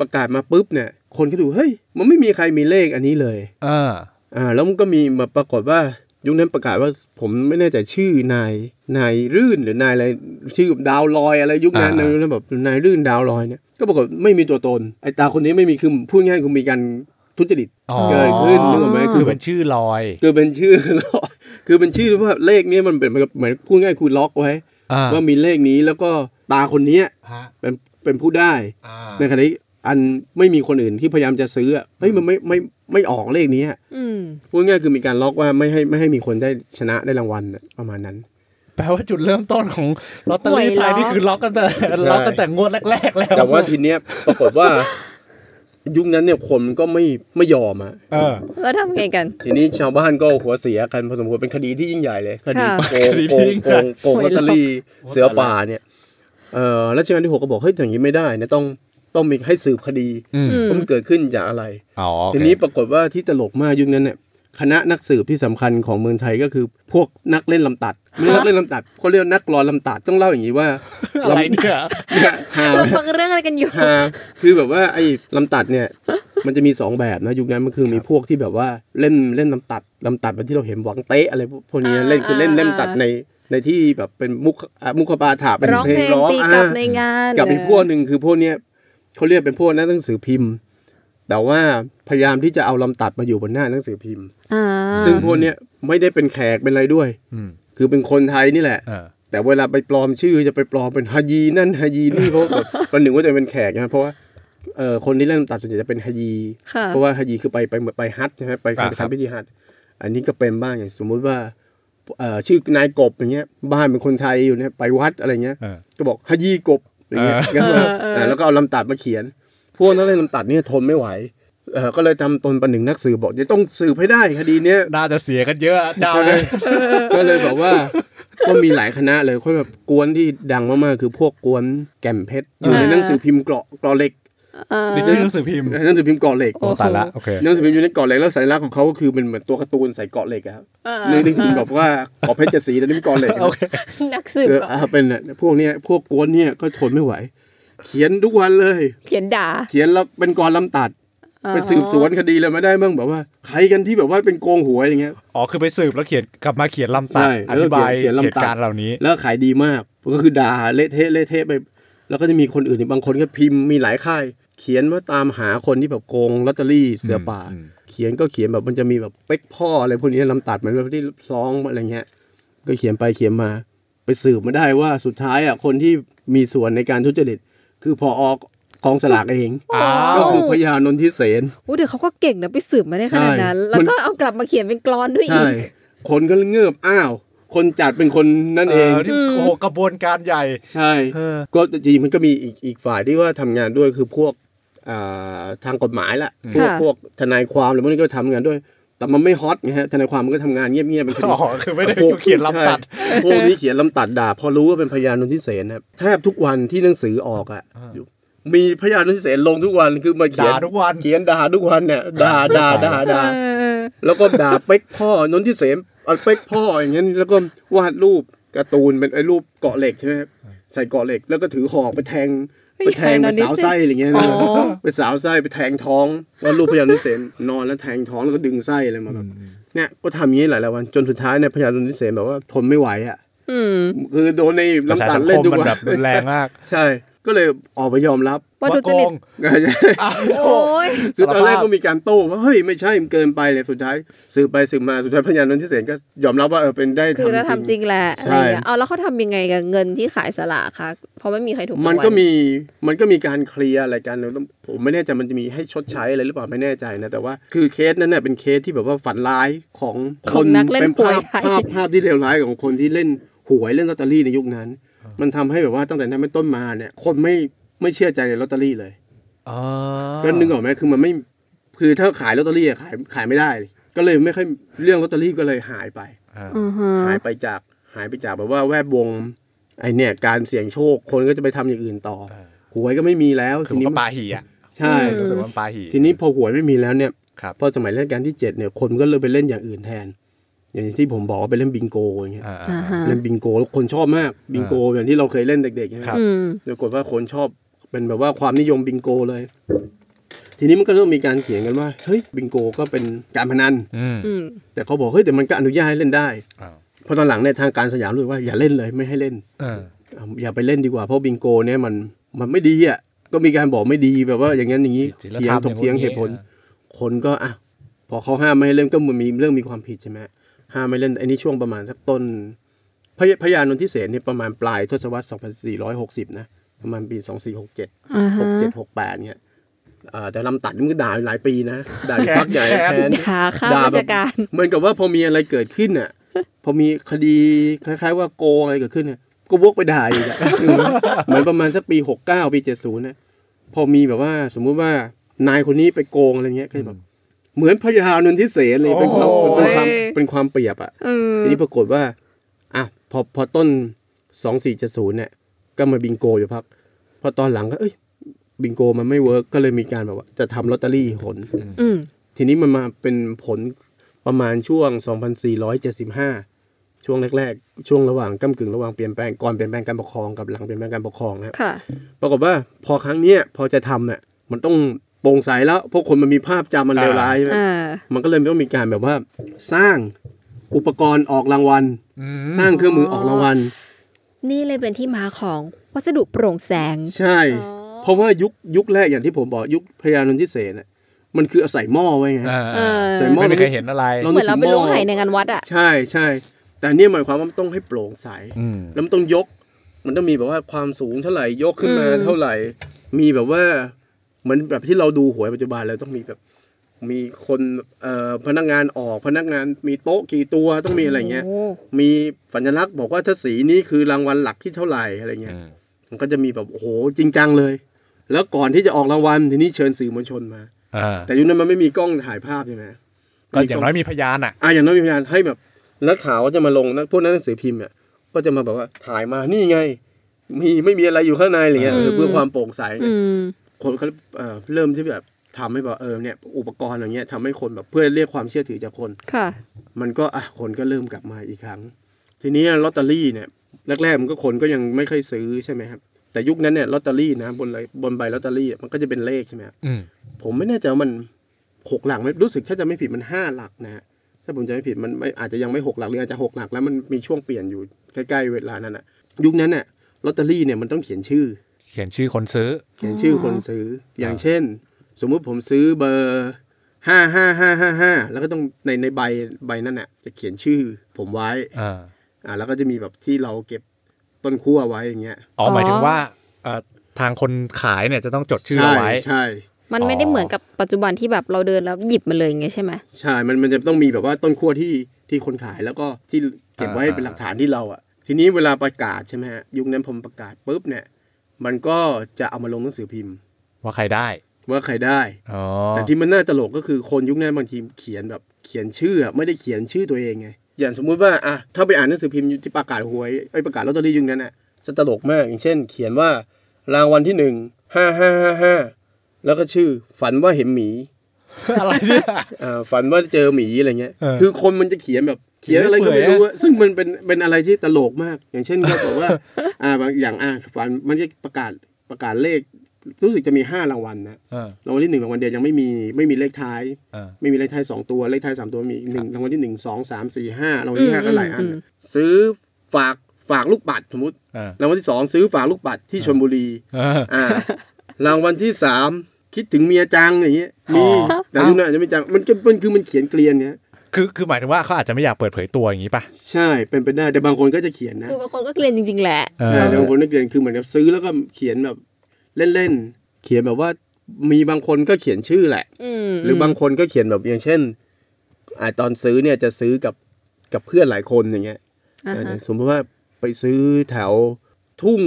Speaker 5: ประกาศมาปุ๊บเนี่ย คนก็ดู เฮ้ย มันไม่มีใครมีเลขอันนี้เลย
Speaker 4: อ่า
Speaker 5: อ่าแล้วมันก็มีมาปรากฏว่ายุคนั้นประกาศว่าผมไม่แน่ใจชื่อนายนายรื่นหรือนายอะไรชื่อดาวลอยอะไรยุคนั้นนะ แล้วแบบนายรื่นดาวลอยเนี่ยก็ปรากฏไม่มีตัวตนไอ้ตาคนนี้ไม่มีคือพูดง่ายคือมีการทุจริต
Speaker 4: อ๋อ
Speaker 5: เกิดขึ้นนึกออกไหมคื
Speaker 4: คือ อ
Speaker 5: เป็
Speaker 4: เป็น นชื่อลอย
Speaker 5: คือเป็นชื่อ คือเป็นชื่อว่าเลขเนี้มันเป็นเหมือนกับเหมือนพูดง่ายคือล็อกไว้
Speaker 4: อ่า
Speaker 5: ว่ามีเลขนี้แล้วก็ตาคนเนี้ย
Speaker 4: ฮะ
Speaker 5: เป็นเป็นผู้ได้
Speaker 4: อ่า
Speaker 5: ในขณะที่อันไม่มีคนอื่นที่พยายามจะซื้ออะเฮ้ยมันไม่ไม่ไม่ออกเลขนี้อะ
Speaker 3: อืม
Speaker 5: พูดง่ายคือมีการล็อกว่าไม่ให้ไม่ให้มีคนได้ชนะได้รางวัลน่ะประมาณนั้น
Speaker 4: แปลว่าจุดเริ่มต้นของลอตเตอรี่
Speaker 3: หวย
Speaker 4: ไทย
Speaker 3: ล็อก
Speaker 4: นี่คือล็อกกันแต่ล็อกกันแต่งวดแรก ๆ แล้ว
Speaker 5: แต่ว่าที เนี้ยปรากฏว่า ยุคนั้นเนี่ยคนก็ไม่ไม่ยอมอะ
Speaker 4: เออ
Speaker 3: แล้วทำไงกัน
Speaker 5: ทีนี้ชาวบ้านก็หัวเสียกันพอสมควรเป็นคดีที่ยิ่งใหญ่เลยคดี
Speaker 3: ค่ะ
Speaker 4: ค
Speaker 5: โกง
Speaker 4: ดี
Speaker 5: โก
Speaker 4: ที่
Speaker 5: ง
Speaker 4: ยิ่ง
Speaker 5: โก
Speaker 4: ใหญ่
Speaker 5: งโกงลอตเตอรี่เสือป่าเนี่ยเอ่อรัชกาลที่หกก็บอกเฮ้ยอย่างนี้ไม่ได้นะต้องต้องมีให้สืบคดี
Speaker 4: อืม
Speaker 3: อืม
Speaker 5: ว่ามันเกิดขึ้นจากอะไร
Speaker 4: อ๋อโอเค
Speaker 5: ทีนี้ปรากฏว่าที่ตลกมากยุคนั้นเนี่ยคณะนักสืบที่สำคัญของเมืองไทยก็คือพวกนักเล่นลำตัดไม่ใช่นักเล่นลำตัดเขาเรียกว่านักกลอนลำตัดต้องเล่าอย่างนี้ว่า
Speaker 4: อะไรเนี่ย
Speaker 5: เนี่ยหา
Speaker 3: เราฟังเรื่องอะไรกันอยู่
Speaker 5: หาคือแบบว่าไอ้ลำตัดเนี่ยมันจะมีสองแบบนะยุคนั้นมันคือมีพวกที่แบบว่าเล่นเล่นลำตัดลำตัดแบบที่เราเห็นหวังเตะอะไรพวกนี้นะ
Speaker 3: อ่า
Speaker 5: เล่นคือเล่น
Speaker 3: อ่า
Speaker 5: เล่นลำตัดในในที่แบบเป็นมุขอ่ะมุขปาถาเป็น
Speaker 3: ร้อง
Speaker 5: เพล
Speaker 3: เพล
Speaker 5: ง
Speaker 3: ง
Speaker 5: ร้อง
Speaker 3: ตีกลั
Speaker 5: อ่า
Speaker 3: บในงาน
Speaker 5: กับอีกพวกหนึ่งคือพวกเนี้ยเขาเรียกเป็นพวกนักหนังสือพิมพ์ แต่ว่าพยายามที่จะเอาลำตัดมาอยู่บนหน้าหนังสือพิมพ์
Speaker 3: อ่า
Speaker 5: ซึ่งพวกเนี้ยไม่ได้เป็นแขกเป็นอะไรด้วย
Speaker 4: อืม
Speaker 5: คือเป็นคนไทยนี่แหละ
Speaker 4: เออ
Speaker 5: แต่เวลาไปปลอมชื่อจะไปปลอมเป็นฮายีนั่นฮายีนี่เขาแบบประหนึ่งว่าจะเป็นแขกนะเพราะว่าเออคนที่เล่นลำตัดส่วนใหญ่จะเป็นฮายี
Speaker 3: ค่ะ
Speaker 5: เพราะว่าฮายีคือไปไปเหมือนไปฮัทใช่ไหมไป
Speaker 4: อ่าครับ
Speaker 5: ทำพิธีฮัทอันนี้ก็เป็นบ้างอย่างสมมุติว่าเอ่อชื่อนายกบอย่างเงี้ยบ้านเป็นคนไทยอยู่เนี่ยไปวัดอะไรเงี้ย
Speaker 4: เออ
Speaker 5: ก็บอกฮายีกบอย่างเงี้ย
Speaker 4: เออ
Speaker 5: ก็แบบ
Speaker 3: เออเออ
Speaker 5: เออแล้วก็เอาลำตัดมาเขียน พวกนักเล่นลำตัดเนี่ยทนไม่ไหวเออก็เลยทำตนประหนึ่งนักสืบบอกจะต้องสืบให้ได้คดีเนี้ย
Speaker 4: น่าจะเสียกันเยอะเจ้า
Speaker 5: ก็เล
Speaker 4: เนี่ย ย
Speaker 5: ก็เลยบอกว่าก็มีหลายคณะเลยคนแบบกวนที่ดังมากๆคือพวกกวนแก่มเพชรอยู่ในหนังสือพิมพ์เกราะเกราะเหล็ก
Speaker 3: เ เอ่อ
Speaker 4: หรือชื่อหนังสือพิมพ์
Speaker 5: หนังสือพิมพ์เกาะเหล็ก
Speaker 3: โอ้
Speaker 4: โอ้ตายละโอเค
Speaker 5: หนังสือพิมพ์อยู่ในเกาะเหล็กแล้วสัญลักษณ์ของเขาก็คือเป็นเหมือนตัวการ์ตูนใส่เกาะเหล็กอะครับ
Speaker 3: เอ่อ
Speaker 5: ในหนังสือพิมพ์บอกว่าเกาะเพชรเจ็ดสีแต่นี่เป็นเกาะเหล็ก
Speaker 3: นักสืบ
Speaker 5: เออ
Speaker 3: ก่อน
Speaker 5: อ่ะเป็นน่ะพวกเนี้ยพวกกวนเนี่ยก็ทนไม่ไหว เขียนทุกวันเลย
Speaker 3: เขียนด่า
Speaker 5: เขียนแล้วเป็นกรลำตัด ไปสืบสวนคดีแล้วไม่ได้บ้างแบบว่า ใครกันที่แบบว่าเป็นโกงหวยอย่างเงี้ย
Speaker 4: อ๋อ คือไปสืบแล้วเขียนกลับมาเขียนลำตัด
Speaker 5: ใช่
Speaker 4: อ
Speaker 5: แล้วก็
Speaker 4: ธิบาย
Speaker 5: เขียนลำตัด
Speaker 4: เหตุการณ์เหล่านี้
Speaker 5: แล้วขายดีมากก็คือด่าเละเทะเละเทะไป แล้วก็จะมีคนอื่นอีกบางคนก็พิมพ์มีหลายค่าย เขียนว่าตามหาคนที่แบบโกงลอตเตอรี่เสือป่า
Speaker 4: อืม
Speaker 5: เขียนก็เขียนแบบมันจะมีแบบเป๊กพ่ออะไรพวกนี้ลำตัดเหมือนแบบที่คล้องอะไรเงี้ย ก็เขียนไปเขียนมา ไปสืบมาได้ว่าสุดท้ายอ่ะคนที่มีส่วนในการทุจริตคือพออกองสลากเอง
Speaker 4: อ้า
Speaker 5: ก็
Speaker 4: ว
Speaker 5: คือพญานนทิเสน
Speaker 3: โอ้เดี๋ยวเขาก็เก่งนะไปสืบมาได้ขนาดนั้น
Speaker 5: ใช่
Speaker 3: แล้วก็เอากลับมาเขียนเป็นกลอนด้วยอี
Speaker 5: ใช่
Speaker 3: ก
Speaker 5: คนก็เงือบอ้าว คนจัดเป็นคนนั่น
Speaker 4: เอ
Speaker 5: เอง
Speaker 4: อที่โอ้โหกระบวนการใหญ่
Speaker 5: ใช่
Speaker 4: เออ
Speaker 5: ก็จริงๆมันก็มีอีกอีกฝ่ายที่ว่าทำงานด้วยคือพวกอ่าทางกฎหมายแหละพวก
Speaker 3: ค่ะ
Speaker 5: พวกทนายความหรือพวกนี้ก็ทำงานด้วย แต่มันไม่ฮอตไงฮะทนายความมันก็ทำงานเงียบๆเป็นคดี
Speaker 4: อ๋อ คือไม่ได้เขียนลำตัด
Speaker 5: ใช่พวกนี้เขียนลำตัดด่าพอรู้ว่าเป็นพยานนนทิเสนนะครับแทบทุกวันที่หนังสือออกอ่ะมีพยานนนทิเสนลงทุกวันคือมาเขียน
Speaker 4: ด่าทุกวัน
Speaker 5: เขียนด่าทุกวันเนี่ยด่าด่าด่าด่า
Speaker 3: เออ
Speaker 5: แล้วก็ด่าเป๊กพ่อนนทิเสมเอาเป๊กพ่ออย่างเงี้ยแล้วก็วาดรูปการ์ตูนเป็นไอ้รูปเกาะเหล็กใช่ไหมครับใส่เกาะเหล็กแล้วก็ถือหอกไปแทงไปแทง
Speaker 3: ไอ้
Speaker 5: ไป
Speaker 3: นนทิเสน
Speaker 5: สาวไส้อะไรเงี้ย
Speaker 3: อ๋
Speaker 5: นะ
Speaker 3: อ
Speaker 5: ไปสาวไส้ไปแทงท้องวาดรูปพญานนทิเสนนอนแล้วแทงท้องแล้วก็ดึงไส้อะไรมาแบบเนี่ยก็ทำอย่างนี้หลายๆวันจนสุดท้ายเนี่ยพญานนทิเสนแบบว่าทนไม่ไหวอ่ะ
Speaker 3: อืม
Speaker 5: คือโดนใน
Speaker 4: กระแสสั
Speaker 5: ลำตัด
Speaker 4: ง
Speaker 5: เล่น
Speaker 4: คม
Speaker 5: ทุก
Speaker 4: มัน
Speaker 5: วัน
Speaker 4: แบบรุนแรงมาก
Speaker 5: ใช่ ก็เลยออกไปยอมรับ
Speaker 3: ว่าดูจ
Speaker 4: โก
Speaker 3: ริต
Speaker 4: ง
Speaker 3: โอ้ย
Speaker 5: คือตอนแรกก็มีการโต้ว่าเฮ้ยไม่ใช่มันเกินไปเลยสุดท้ายสืบไปสืบมาสุดท้ายพยานนนทิเสนก็ยอมรับว่าเออเป็นได้
Speaker 3: คือเรา
Speaker 5: ทำ
Speaker 3: ทำจ
Speaker 5: จริ
Speaker 3: ริ
Speaker 5: ง
Speaker 3: งแหละ
Speaker 5: ใช่
Speaker 3: อะไรเงี้ยเอาแล้วเขาทำยังไงกับเงินที่ขายสลากคะเพราะไม่มีใครถูกรางวัล
Speaker 5: มันก็มีมันก็มีการเคลียร์อะไรกันผมไม่แน่ใจมันจะมีให้ชดใช้อะไรหรือเปล่าไม่แน่ใจนะแต่ว่าคือเคสนั้นเน่ะเป็นเคสที่แบบว่าฝันร้ายของ
Speaker 3: ข
Speaker 5: ค
Speaker 3: อง
Speaker 5: น
Speaker 3: นักเล่น
Speaker 5: เป็นภาพ
Speaker 3: หวยไทย
Speaker 5: ภาพภาพที่เลวร้ายของคนที่เล่นหวยเล่นลอตเตอรี่ในยุคนั้น มันทำให้แบบว่าตั้งแต่นั้นเป็นต้นมาเนี่ยคนไม่ไม่เชื่อใจในลอตเตอรี่เลย
Speaker 4: อ๋อ
Speaker 5: ก็นึกออกไหมคือมันไม่คือถ้าขายลอตเตอรี่อะขายขายไม่ได้ ก็เลยไม่ค่อยเรื่องลอตเตอรี่ก็เลยหายไป
Speaker 4: อ่า
Speaker 3: อือฮะ
Speaker 5: หายไปจากหายไปจากแบบว่าแวดวงไอเนี่ยการเสี่ยงโชคคนก็จะไปทำอย่างอื่นต่อหวยก็ไม่มีแล้ว
Speaker 4: คือมัน
Speaker 5: ทีนี้
Speaker 4: ก็ปาหีอ่ะ
Speaker 5: ใช่
Speaker 4: รู้สึกว่ามันปาหี
Speaker 5: ทีนี้พอหวยไม่มีแล้วเนี่ย
Speaker 4: ครับ
Speaker 5: พอสมัยรัชกาลที่เจ็ดเนี่ยคนก็เลยไปเล่นอย่างอื่นแทน อย่างที่ผมบอกว่าไปเล่นบิงโกอย่างเงี้ย
Speaker 4: อ่า
Speaker 3: อ่าฮะ
Speaker 5: เล่นบิงโกแล้วคนชอบมากบิงโกอย่างที่เราเคยเล่นเด็กๆใช่ไหม
Speaker 4: ครับ
Speaker 3: อืม
Speaker 5: ปรากฏว่าคนชอบเป็นแบบว่าความนิยมบิงโกเลย ทีนี้มันก็เริ่มมีการเถียงกันว่าเฮ้ยบิงโกก็เป็นการพนัน
Speaker 4: อืม
Speaker 3: อืม
Speaker 5: แต่เขาบอกเฮ้ยแต่มันก็อนุญาตให้เล่นได้
Speaker 4: อ้าว
Speaker 5: เพอตอนหลังเนี่ยทางการสยามรู้ว่าอย่าเล่นเลยไม่ให้เล่น
Speaker 4: เออ
Speaker 5: อ่ะอย่าไปเล่นดีกว่าเพราะบิงโกเนี่ยมันมันไม่ดีอ่ะก็มีการบอกไม่ดีแบบว่าอย่างนั้นอย่างนี้
Speaker 4: ศีล
Speaker 5: เถีย
Speaker 4: ธร
Speaker 5: ง
Speaker 4: รม
Speaker 5: ถกเถียง
Speaker 4: อา
Speaker 5: เหตุผล คนก็อ่ะพอเขาห้ามไม่ให้เล่นก็มันมีเรื่องมีความผิดใช่ไหมห้ามไม่เล่นอันนี้ช่วงประมาณสักต้นพระพระยานนทิเสนเนี่ยประมาณปลายทศวรรษ 2460 นะ ประมาณปี 2467
Speaker 3: อ่าฮะ
Speaker 5: 67 68เนี่ยเอ่อแต่ลำตัดนี่มันก็ด่าอยู่หลายปีนะด่าอยู่พักใหญ่แทน
Speaker 3: ด่าข้าราชการ
Speaker 5: เหมือนกับว่าพอมีอะไรเกิดขึ้นน่ะ พอมีคดีคล้ายๆว่าโกงอะไรเกิดขึ้นเนี่ยก็วกไปด่า อีกอะ เหมือนประมาณสักปีหกเก้าปีเจ็ดศูนย์นะพอมีแบบว่าสมมุติว่านายคนนี้ไปโกงอะไรเงี้ยก็จะแบบเหมือนพญานนทิเสนเลยเป็นความ
Speaker 3: โอ้โห
Speaker 5: เป็นความเป็นความเปรียบอ่ะ
Speaker 3: อืม
Speaker 5: ทีนี้ปรากฏว่าอ่ะพอพอต้นสองสี่เจ็ดศูนย์เนี่ยก็มาบิงโกอยู่พักพอตอนหลังก็เอ้ยบิงโกมันไม่เวิร์กก็เลยมีการแบบว่าจะทำลอตเตอรี่หน
Speaker 3: อืม
Speaker 5: ทีนี้มันมาเป็นผลประมาณช่วง 2475 ช่วงแรกๆ ช่วงระหว่างก้ากึ่งระหว่างเปลี่ยนแปลงก่อนเปลี่ยนแปลงการปกครองกับหลังเปลี่ยนแปลงการปกครองนะครับ
Speaker 3: ค่ะ
Speaker 5: ปรากฏว่าพอครั้งเนี้ยพอจะทำเนี่ยมันต้องโปร่งใสแล้วเพราะคนมันมีภาพจำมันเลวร้ายใช่ไหม
Speaker 3: อ่า
Speaker 5: มันก็เลยต้องมีการแบบว่าสร้างอุปกรณ์ออกรางวัล
Speaker 4: อืม
Speaker 5: สร้างเครื่องมือออกรางวัล
Speaker 3: นี่เลยเป็นที่มาของวัสดุโปร่งแสง
Speaker 5: ใช่ เพราะว่ายุคยุคแรกอย่างที่ผมบอกยุคพญานนทิเสนน่ะมันคืออาศัยหม้อไว้ไง
Speaker 4: อ่า
Speaker 3: เออ
Speaker 5: ใส่หม้อ
Speaker 4: ไม่มีใครเห็นอะไร
Speaker 5: เรา
Speaker 3: เหมือนเราไป
Speaker 5: นึกถึงหม้
Speaker 3: ล้ว
Speaker 5: อ
Speaker 3: งไหในงานวัดอ่ะ
Speaker 5: ใช่ใช่แต่เนี่ยหมายความว่ามันต้องให้โปร่งใส
Speaker 4: อืม
Speaker 5: แล้วมันต้องยก มันต้องมีแบบว่าความสูงเท่าไหร่ยกขึ้นมา
Speaker 3: อืม
Speaker 5: เท่าไหร่ มีแบบว่าเหมือนแบบที่เราดูหวยปัจจุบันแล้วต้องมีแบบ มีคนเอ่อพนักงานออกพนักงานมีโต๊ะกี่ตัวต้องมีอะไรเงี้ย
Speaker 3: โอ้
Speaker 5: มีสัญลักษณ์บอกว่าถ้าสีนี้คือรางวัลหลักที่เท่าไหร่อะไรเงี้ย
Speaker 4: อืม
Speaker 5: มันก็จะมีแบบโอ้โหจริงจังเลย แล้วก่อนที่จะออกรางวัลทีนี้เชิญสื่อมวลชนมา
Speaker 4: อ่า
Speaker 5: แต่ยุคนั้นมันไม่มีกล้องถ่ายภาพใช่ไหม
Speaker 4: ก็อย่างน้อยมีพยานอ่ะ
Speaker 5: อ่ะอย่างน้อยมีพยานให้แบบนักข่าวก็จะมาลงนะพวกนักหนังสือพิมพ์เนี่ยก็จะมาแบบว่าถ่ายมานี่ไง มีไม่มีอะไรอยู่ข้างในอะไรเงี้ยเออเพื่อความโปร่งใสไง
Speaker 3: อืม
Speaker 5: คนเขาเอ่อเริ่มที่แบบทำให้แบบเออเนี่ยอุปกรณ์อะไรเงี้ยทำให้คนแบบเพื่อเรียกความเชื่อถือจากคน
Speaker 3: ค่ะ
Speaker 5: มันก็อ่ะคนก็เริ่มกลับมาอีกครั้ง ทีนี้ลอตเตอรี่เนี่ยแรกๆมันก็คนก็ยังไม่ค่อยซื้อใช่ไหมครับ แต่ยุคนั้นเนี่ยลอตเตอรี่นะบนใบบนใบลอตเตอรี่อ่ะมันก็จะเป็นเลขใช่ไหมครับ
Speaker 4: อืม
Speaker 5: ผมไม่แน่ใจว่ามันหกหลักไหมรู้สึกถ้าจะไม่ผิดมันห้าหลักนะฮะถ้าผมจะไม่ผิดมันไม่อาจจะยังไม่หกหลักหรืออาจจะหกหลักแล้วมันมีช่วงเปลี่ยนอยู่ใกล้ๆเวลานั้นอ่ะ ยุคนั้นน่ะลอตเตอรี่เนี่ยมันต้องเขียนชื่อ
Speaker 4: เขียนชื่อคนซื้อ
Speaker 5: เขียนชื่อคนซื้ออย่างเช่น สมมุติผมซื้อเบอร์ห้าห้าห้าห้าห้าแล้วก็ต้องในในใบใบนั้นน่ะจะเขียนชื่อผมไว้
Speaker 4: อ่า
Speaker 5: อ่าแล้วก็จะมีแบบที่เราเก็บต้นขั้วไว้อย่างเงี้ย
Speaker 4: อ๋อ
Speaker 3: อ๋อ
Speaker 4: หมายถึงว่าเอ่อทางคนขายเนี่ยจะต้องจดชื่อเอาไว้
Speaker 5: ใช่ใช่
Speaker 3: มันไม่ได้เหมือนกับปัจจุบันที่แบบเราเดินแล้วหยิบมาเลยอย่างเงี้ยใช่ไหม
Speaker 5: ใช่มันมันจะต้องมีแบบว่าต้นขั้วที่ที่คนขายแล้วก็ที่เก็บไว้
Speaker 4: อ่า
Speaker 5: เป็นหลักฐานที่เราอ่ะ ทีนี้เวลาประกาศใช่ไหมฮะยุคนั้นผมประกาศปุ๊บเนี่ย มันก็จะเอามาลงหนังสือพิมพ์
Speaker 4: ว่าใครได้
Speaker 5: ว่าใครได้
Speaker 4: อ๋อ
Speaker 5: แต่ที่มันน่าตลกก็คือคนยุคนั้นบางทีเขียนแบบเขียนชื่ออะไม่ได้เขียนชื่อตัวเองไงอย่างสมมุติว่าอ่ะถ้าไปอ่านหนังสือพิมพ์ที่ประกาศหวยไอยประกาศลอตเตอรี่ยุคนั้นน่ะจะตลกมากอย่างเช่น เขียนว่ารางวัลที่หนึ่งห้าห้าห้าห้าแล้วก็ชื่อฝันว่าเห็นหมี
Speaker 4: อะไรเนี่ย
Speaker 5: อ่าฝันว่าเจอหมีอะไรเงี้ย
Speaker 4: เออ
Speaker 5: คือคนมันจะเขียนแบบเขียนอะไรก็ไม่รู้อะซึ่งมันเป็นเป็นอะไรที่ตลกมาก อย่างเช่นก็บอกว่า อ่าบางอย่างอ่ะฝันมันจะประกาศประกาศเลขรู้สึกจะมีห้ารางวัลนะ
Speaker 4: อ่าร
Speaker 5: างวัลที่หนึ่งรางวัลเดียวยังไม่มีไม่มีเลขท้าย
Speaker 4: อ่า
Speaker 5: ไม่มีเลขท้ายสองตัว เลขท้ายสามตัวมีอีกหนึ่งรางวัลที่หนึ่งสองสามสี่ห้ารางวัลที่ห้าก็หลายอันน่ะซื้อฝากฝากลูกปัดสมมติ
Speaker 4: อ่าร
Speaker 5: างวัลที่สองซื้อฝากลูกปัดที่ชลบุรี
Speaker 4: อ่า
Speaker 5: อ่ารางวัลที่สามคิดถึงเมียจังอย่างเงี้ยมี
Speaker 4: อ๋อ
Speaker 5: แต่ยุคนั้นอาจจะไม่จังมันก็มันคือมันเขียนเกลียนเนี่ย
Speaker 4: คือคือหมายถึงว่าเขาอาจจะไม่อยากเปิดเผยตัวอย่างนี้ป่ะ
Speaker 5: ใช่เป็นไปได้แต่บางคนก็จะเขียนนะ
Speaker 3: คือบางคนก็เกลียนจริง ๆ แหละ
Speaker 4: เออ
Speaker 5: ใช่แต่บางคนก็เขียนคือเหมือนกับซื้อแล้วก็เขียนแบบเล่นๆเขียนแบบว่ามีบางคนก็เขียนชื่อแหละ
Speaker 3: อืม
Speaker 5: หรือบางคนก็เขียนแบบอย่างเช่นอาตอนซื้อเนี่ยจะซื้อกับกับเพื่อนหลายคนอย่างเงี้ย
Speaker 3: อ่าฮะ
Speaker 5: สมมติว่าไปซื้อแถวทุ่ง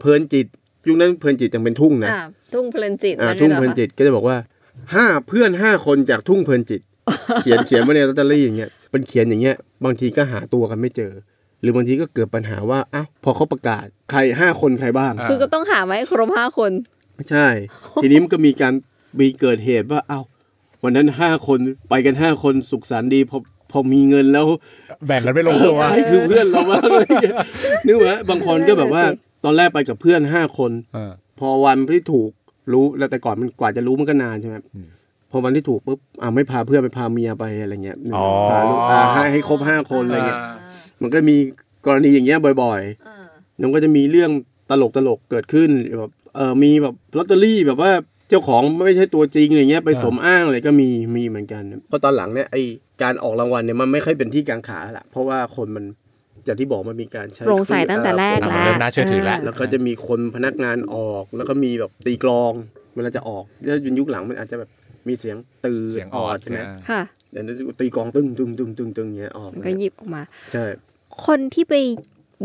Speaker 5: เพลินจิต ยุคนั้นเพลินจิตยังเป็นทุ่งนะ
Speaker 3: อ่าทุ่งเพลินจิต
Speaker 5: อ่า
Speaker 3: ว่า
Speaker 5: ทุ่ง
Speaker 3: หรอ
Speaker 5: เพลิน
Speaker 3: คะ
Speaker 5: จิตก็จะบอกว่าห้าเพื่อนห้าคนจากทุ่งเพลินจิต เขียนเขียนไว้ในลอตเตอรี่อย่างเงี้ยเป็นเขียนอย่างเงี้ยบางทีก็หาตัวกันไม่เจอ หรือบางทีก็เกิดปัญหาว่าอ้าวพอเขาประกาศใครห้าคนใครบ้าง
Speaker 4: อ่า
Speaker 3: คือก็ต้องหามาให้ครบห้าคน
Speaker 5: ใช่ ทีนี้มันก็มีการมีเกิดเหตุว่า เอ้า วันนั้นห้าคนไปกันห้าคนสุขสันต์ดีพอพอมีเงินแล้ว
Speaker 4: แบ่งกันไม่ลงตัว
Speaker 5: ใครคือเพื่อนเราบ้างอะไรเงี้ยนึกว่าบางคนก็แบบว่า
Speaker 3: นั่นน่ะสิ
Speaker 5: ตอนแรกไปกับเพื่อนห้าคน
Speaker 4: เออ
Speaker 5: พอวันที่ถูกรู้แล้วแต่ก่อนมันกว่าจะรู้มันก็นานใช่ไหมพอวันที่ถูกปุ๊บอ่าไม่พาเพื่อนไปพาเมียไปอะไรเงี้ย
Speaker 4: อ๋อ
Speaker 5: พาลูกอ่าให้ให้ครบห้าคนอะไรเงี้ย
Speaker 4: อ่า
Speaker 5: มันก็มีกรณีอย่างเงี้ยบ่อยๆมันก็จะมีเรื่องตลกตลกๆเกิดขึ้นแบบเออมีแบบลอตเตอรี่แบบว่าเจ้าของไม่ใช่ตัวจริงอะไรเงี้ยไปสมอ้างอะไรก็มีมีเหมือนกันเพราะตอนหลังเนี่ยไอการออกรางวัลเนี่ยมันไม่ค่อยเป็นที่กางขาละเพราะว่าคนมันอย่างที่บอกมันมีการใช้
Speaker 3: โปร่งใสตั้งแต่แรก
Speaker 5: เออ
Speaker 3: แล้ว
Speaker 4: เริ่มน่าเชื่อถือแล้ว
Speaker 5: แล้วก็จะมีคนพนักงานออก แล้วก็มีแบบตีกลองเวลาจะออกแล้วยุคหลังมันอาจจะแบบมีเสียงตือ
Speaker 4: เสียง
Speaker 5: อ
Speaker 4: อ
Speaker 5: อ
Speaker 4: อ
Speaker 5: ด
Speaker 4: ด
Speaker 5: ใช่ไหม
Speaker 4: นะ
Speaker 3: ค่ะ
Speaker 5: แต่นั้นตีกลองตึงตึงตึงตึงตึงเงี้ยออก
Speaker 3: มันก็หยิบออกมา
Speaker 5: ใช่
Speaker 3: คนที่ไป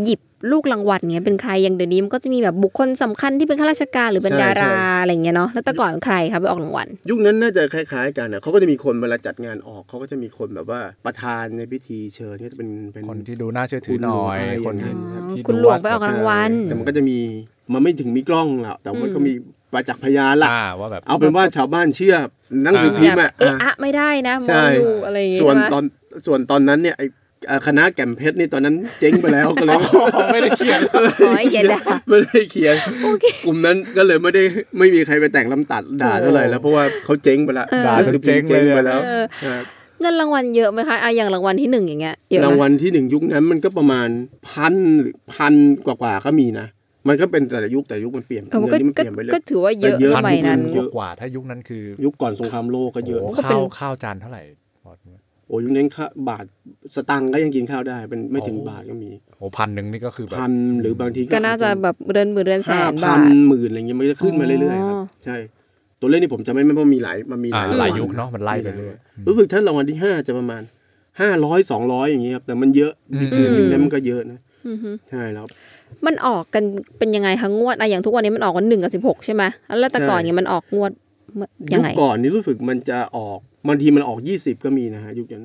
Speaker 3: หยิบลูกรางวัลเงี้ยเป็นใครอย่างเดี๋ยวนี้มันก็จะมีแบบบุคคลสำคัญที่เป็นข้าราชการหรือเป็น
Speaker 5: ใช่
Speaker 3: ดารา
Speaker 5: ใช่
Speaker 3: อะไรเงี้ยเนาะแล้วแต่ก่อนเป็นใครครับไปออกรางวัล
Speaker 5: ยุคนั้นน่าจะคล้ายๆกันนะเขาก็จะมีคนเวลาจัดงานออกเขาก็จะมีคนแบบว่าประธานในพิธีเชิญก็จะเป็นเป็น
Speaker 4: คนที่ดูน่าเชื่อถือหน่อย
Speaker 5: คุณหลวงอะไร
Speaker 4: คนที่
Speaker 5: อย่างเงี้ย
Speaker 4: ที่
Speaker 3: คุณหลวง
Speaker 4: ดูา
Speaker 3: ไปออกรางวัล
Speaker 5: ใช่แต่มันก็จะมีมันไม่ถึงมีกล้องหรอกแต่มันก็มีประจักษ์พยานละ
Speaker 4: อ่าว่าแบบ
Speaker 5: เอาเป็นว่าชาวบ้านเชื่อหนังสือพิ
Speaker 3: อ
Speaker 5: ม
Speaker 3: ย่า
Speaker 5: พ์อะ
Speaker 3: เอะ
Speaker 5: อ่ะ
Speaker 3: อะไม่ได้นะม
Speaker 5: ใช่
Speaker 3: องดูอะไรอย่างเงี้ย
Speaker 5: ส่วน
Speaker 3: ใช่ไหม
Speaker 5: ตอนส่วนตอนนั้นเนี่ยไอ้เอ่อคณะแก่มเพชรนี่ตอนนั้นเจ๊งไปแล้วก็เลย
Speaker 4: ไม่ได้เขียน
Speaker 3: ขอให้เขียนด่า
Speaker 5: ไม่ได้เขียนกลุ่มนั้นก็เลยไม่ได้ไม่มีใครไปแต่งลำตัดด่าเท่าไหร่แล้วเพราะว่าเขาเจ๊งไปละ
Speaker 4: เออ
Speaker 5: หนังสือพิมพ์เจ๊งไปแล้ว
Speaker 3: เออ
Speaker 5: ครับ
Speaker 3: เงินรางวัลเยอะไหมคะอะอย่างรางวัลที่หนึ่งอย่างเงี้ยเยอะไหม
Speaker 5: รางวัลที่หนึ่งยุคนั้นมันก็ประมาณพันหรือพันกว่ากว่าๆก็มีนะ มันก็เป็นแต่ละยุคแต่ละยุคมันเปลี่ยน
Speaker 3: เออมันก็
Speaker 5: เงินนี่มัน
Speaker 3: ก็
Speaker 5: เปลี่ยนไปเรื่
Speaker 3: ก็
Speaker 5: อย
Speaker 3: ถือว่าเยอะ
Speaker 5: เยอะ
Speaker 3: สมัยนั้น
Speaker 5: เยอะ
Speaker 4: กว่า ถ้ายุคนั้นคือ
Speaker 5: ยุคก่อนสงครามโลกก็เยอะ
Speaker 4: โอ้
Speaker 3: ก็เป็น
Speaker 4: ข้าวข้าวจานเท่าไหร่บอสเนี่ย
Speaker 5: โอ้ยุคนั้นค่าบาทสตังค์ก็ยังกินข้าวได้เป็นไม่ถึงบาทก็มี
Speaker 4: โอ้พันหนึ่งนี่ก็คือแบบ
Speaker 5: พันหรือบางที
Speaker 3: ก็น่าจะแบบเรือนหมื่นเรือนแส
Speaker 5: ห้าน พั
Speaker 3: บาน ท
Speaker 5: หมื่นอะไรเงี้ยมันจะขึ้นมาเรื่อยๆครับ
Speaker 3: อ๋อ
Speaker 5: ใช่ ตัวเลขนี่ผมจะไม่แม่นเพราะมีหลายมันมี
Speaker 4: อ่าหลายยุค
Speaker 5: ร
Speaker 4: เนาะมันไล่ไปเรื่อย
Speaker 5: รู้สึกท่านรางวัลที่ห้าจะประมาณห้าร้อยสองร้อยอย่างเงี้ยครับแต่มันเยอะ
Speaker 4: อืม
Speaker 5: ยุคนั้นมันก็เยอะนะ
Speaker 3: อือฮึ
Speaker 5: ใช่แล้ว
Speaker 3: มันออกกันเป็นยังไงคะงวดอะอย่างทุกวันนี้มันออกกันหนึ่งกับสิบหกใช่ไหมแล้วแต่ก่อน
Speaker 5: ใช่
Speaker 3: เนี่ยมันออกงวดเมื่อยั
Speaker 5: ยุ
Speaker 3: ง
Speaker 5: ค
Speaker 3: ไง
Speaker 5: ก่อนนี่รู้สึกมันจะออกบางทีมันออกยี่สิบก็มีนะฮะยุคนั้น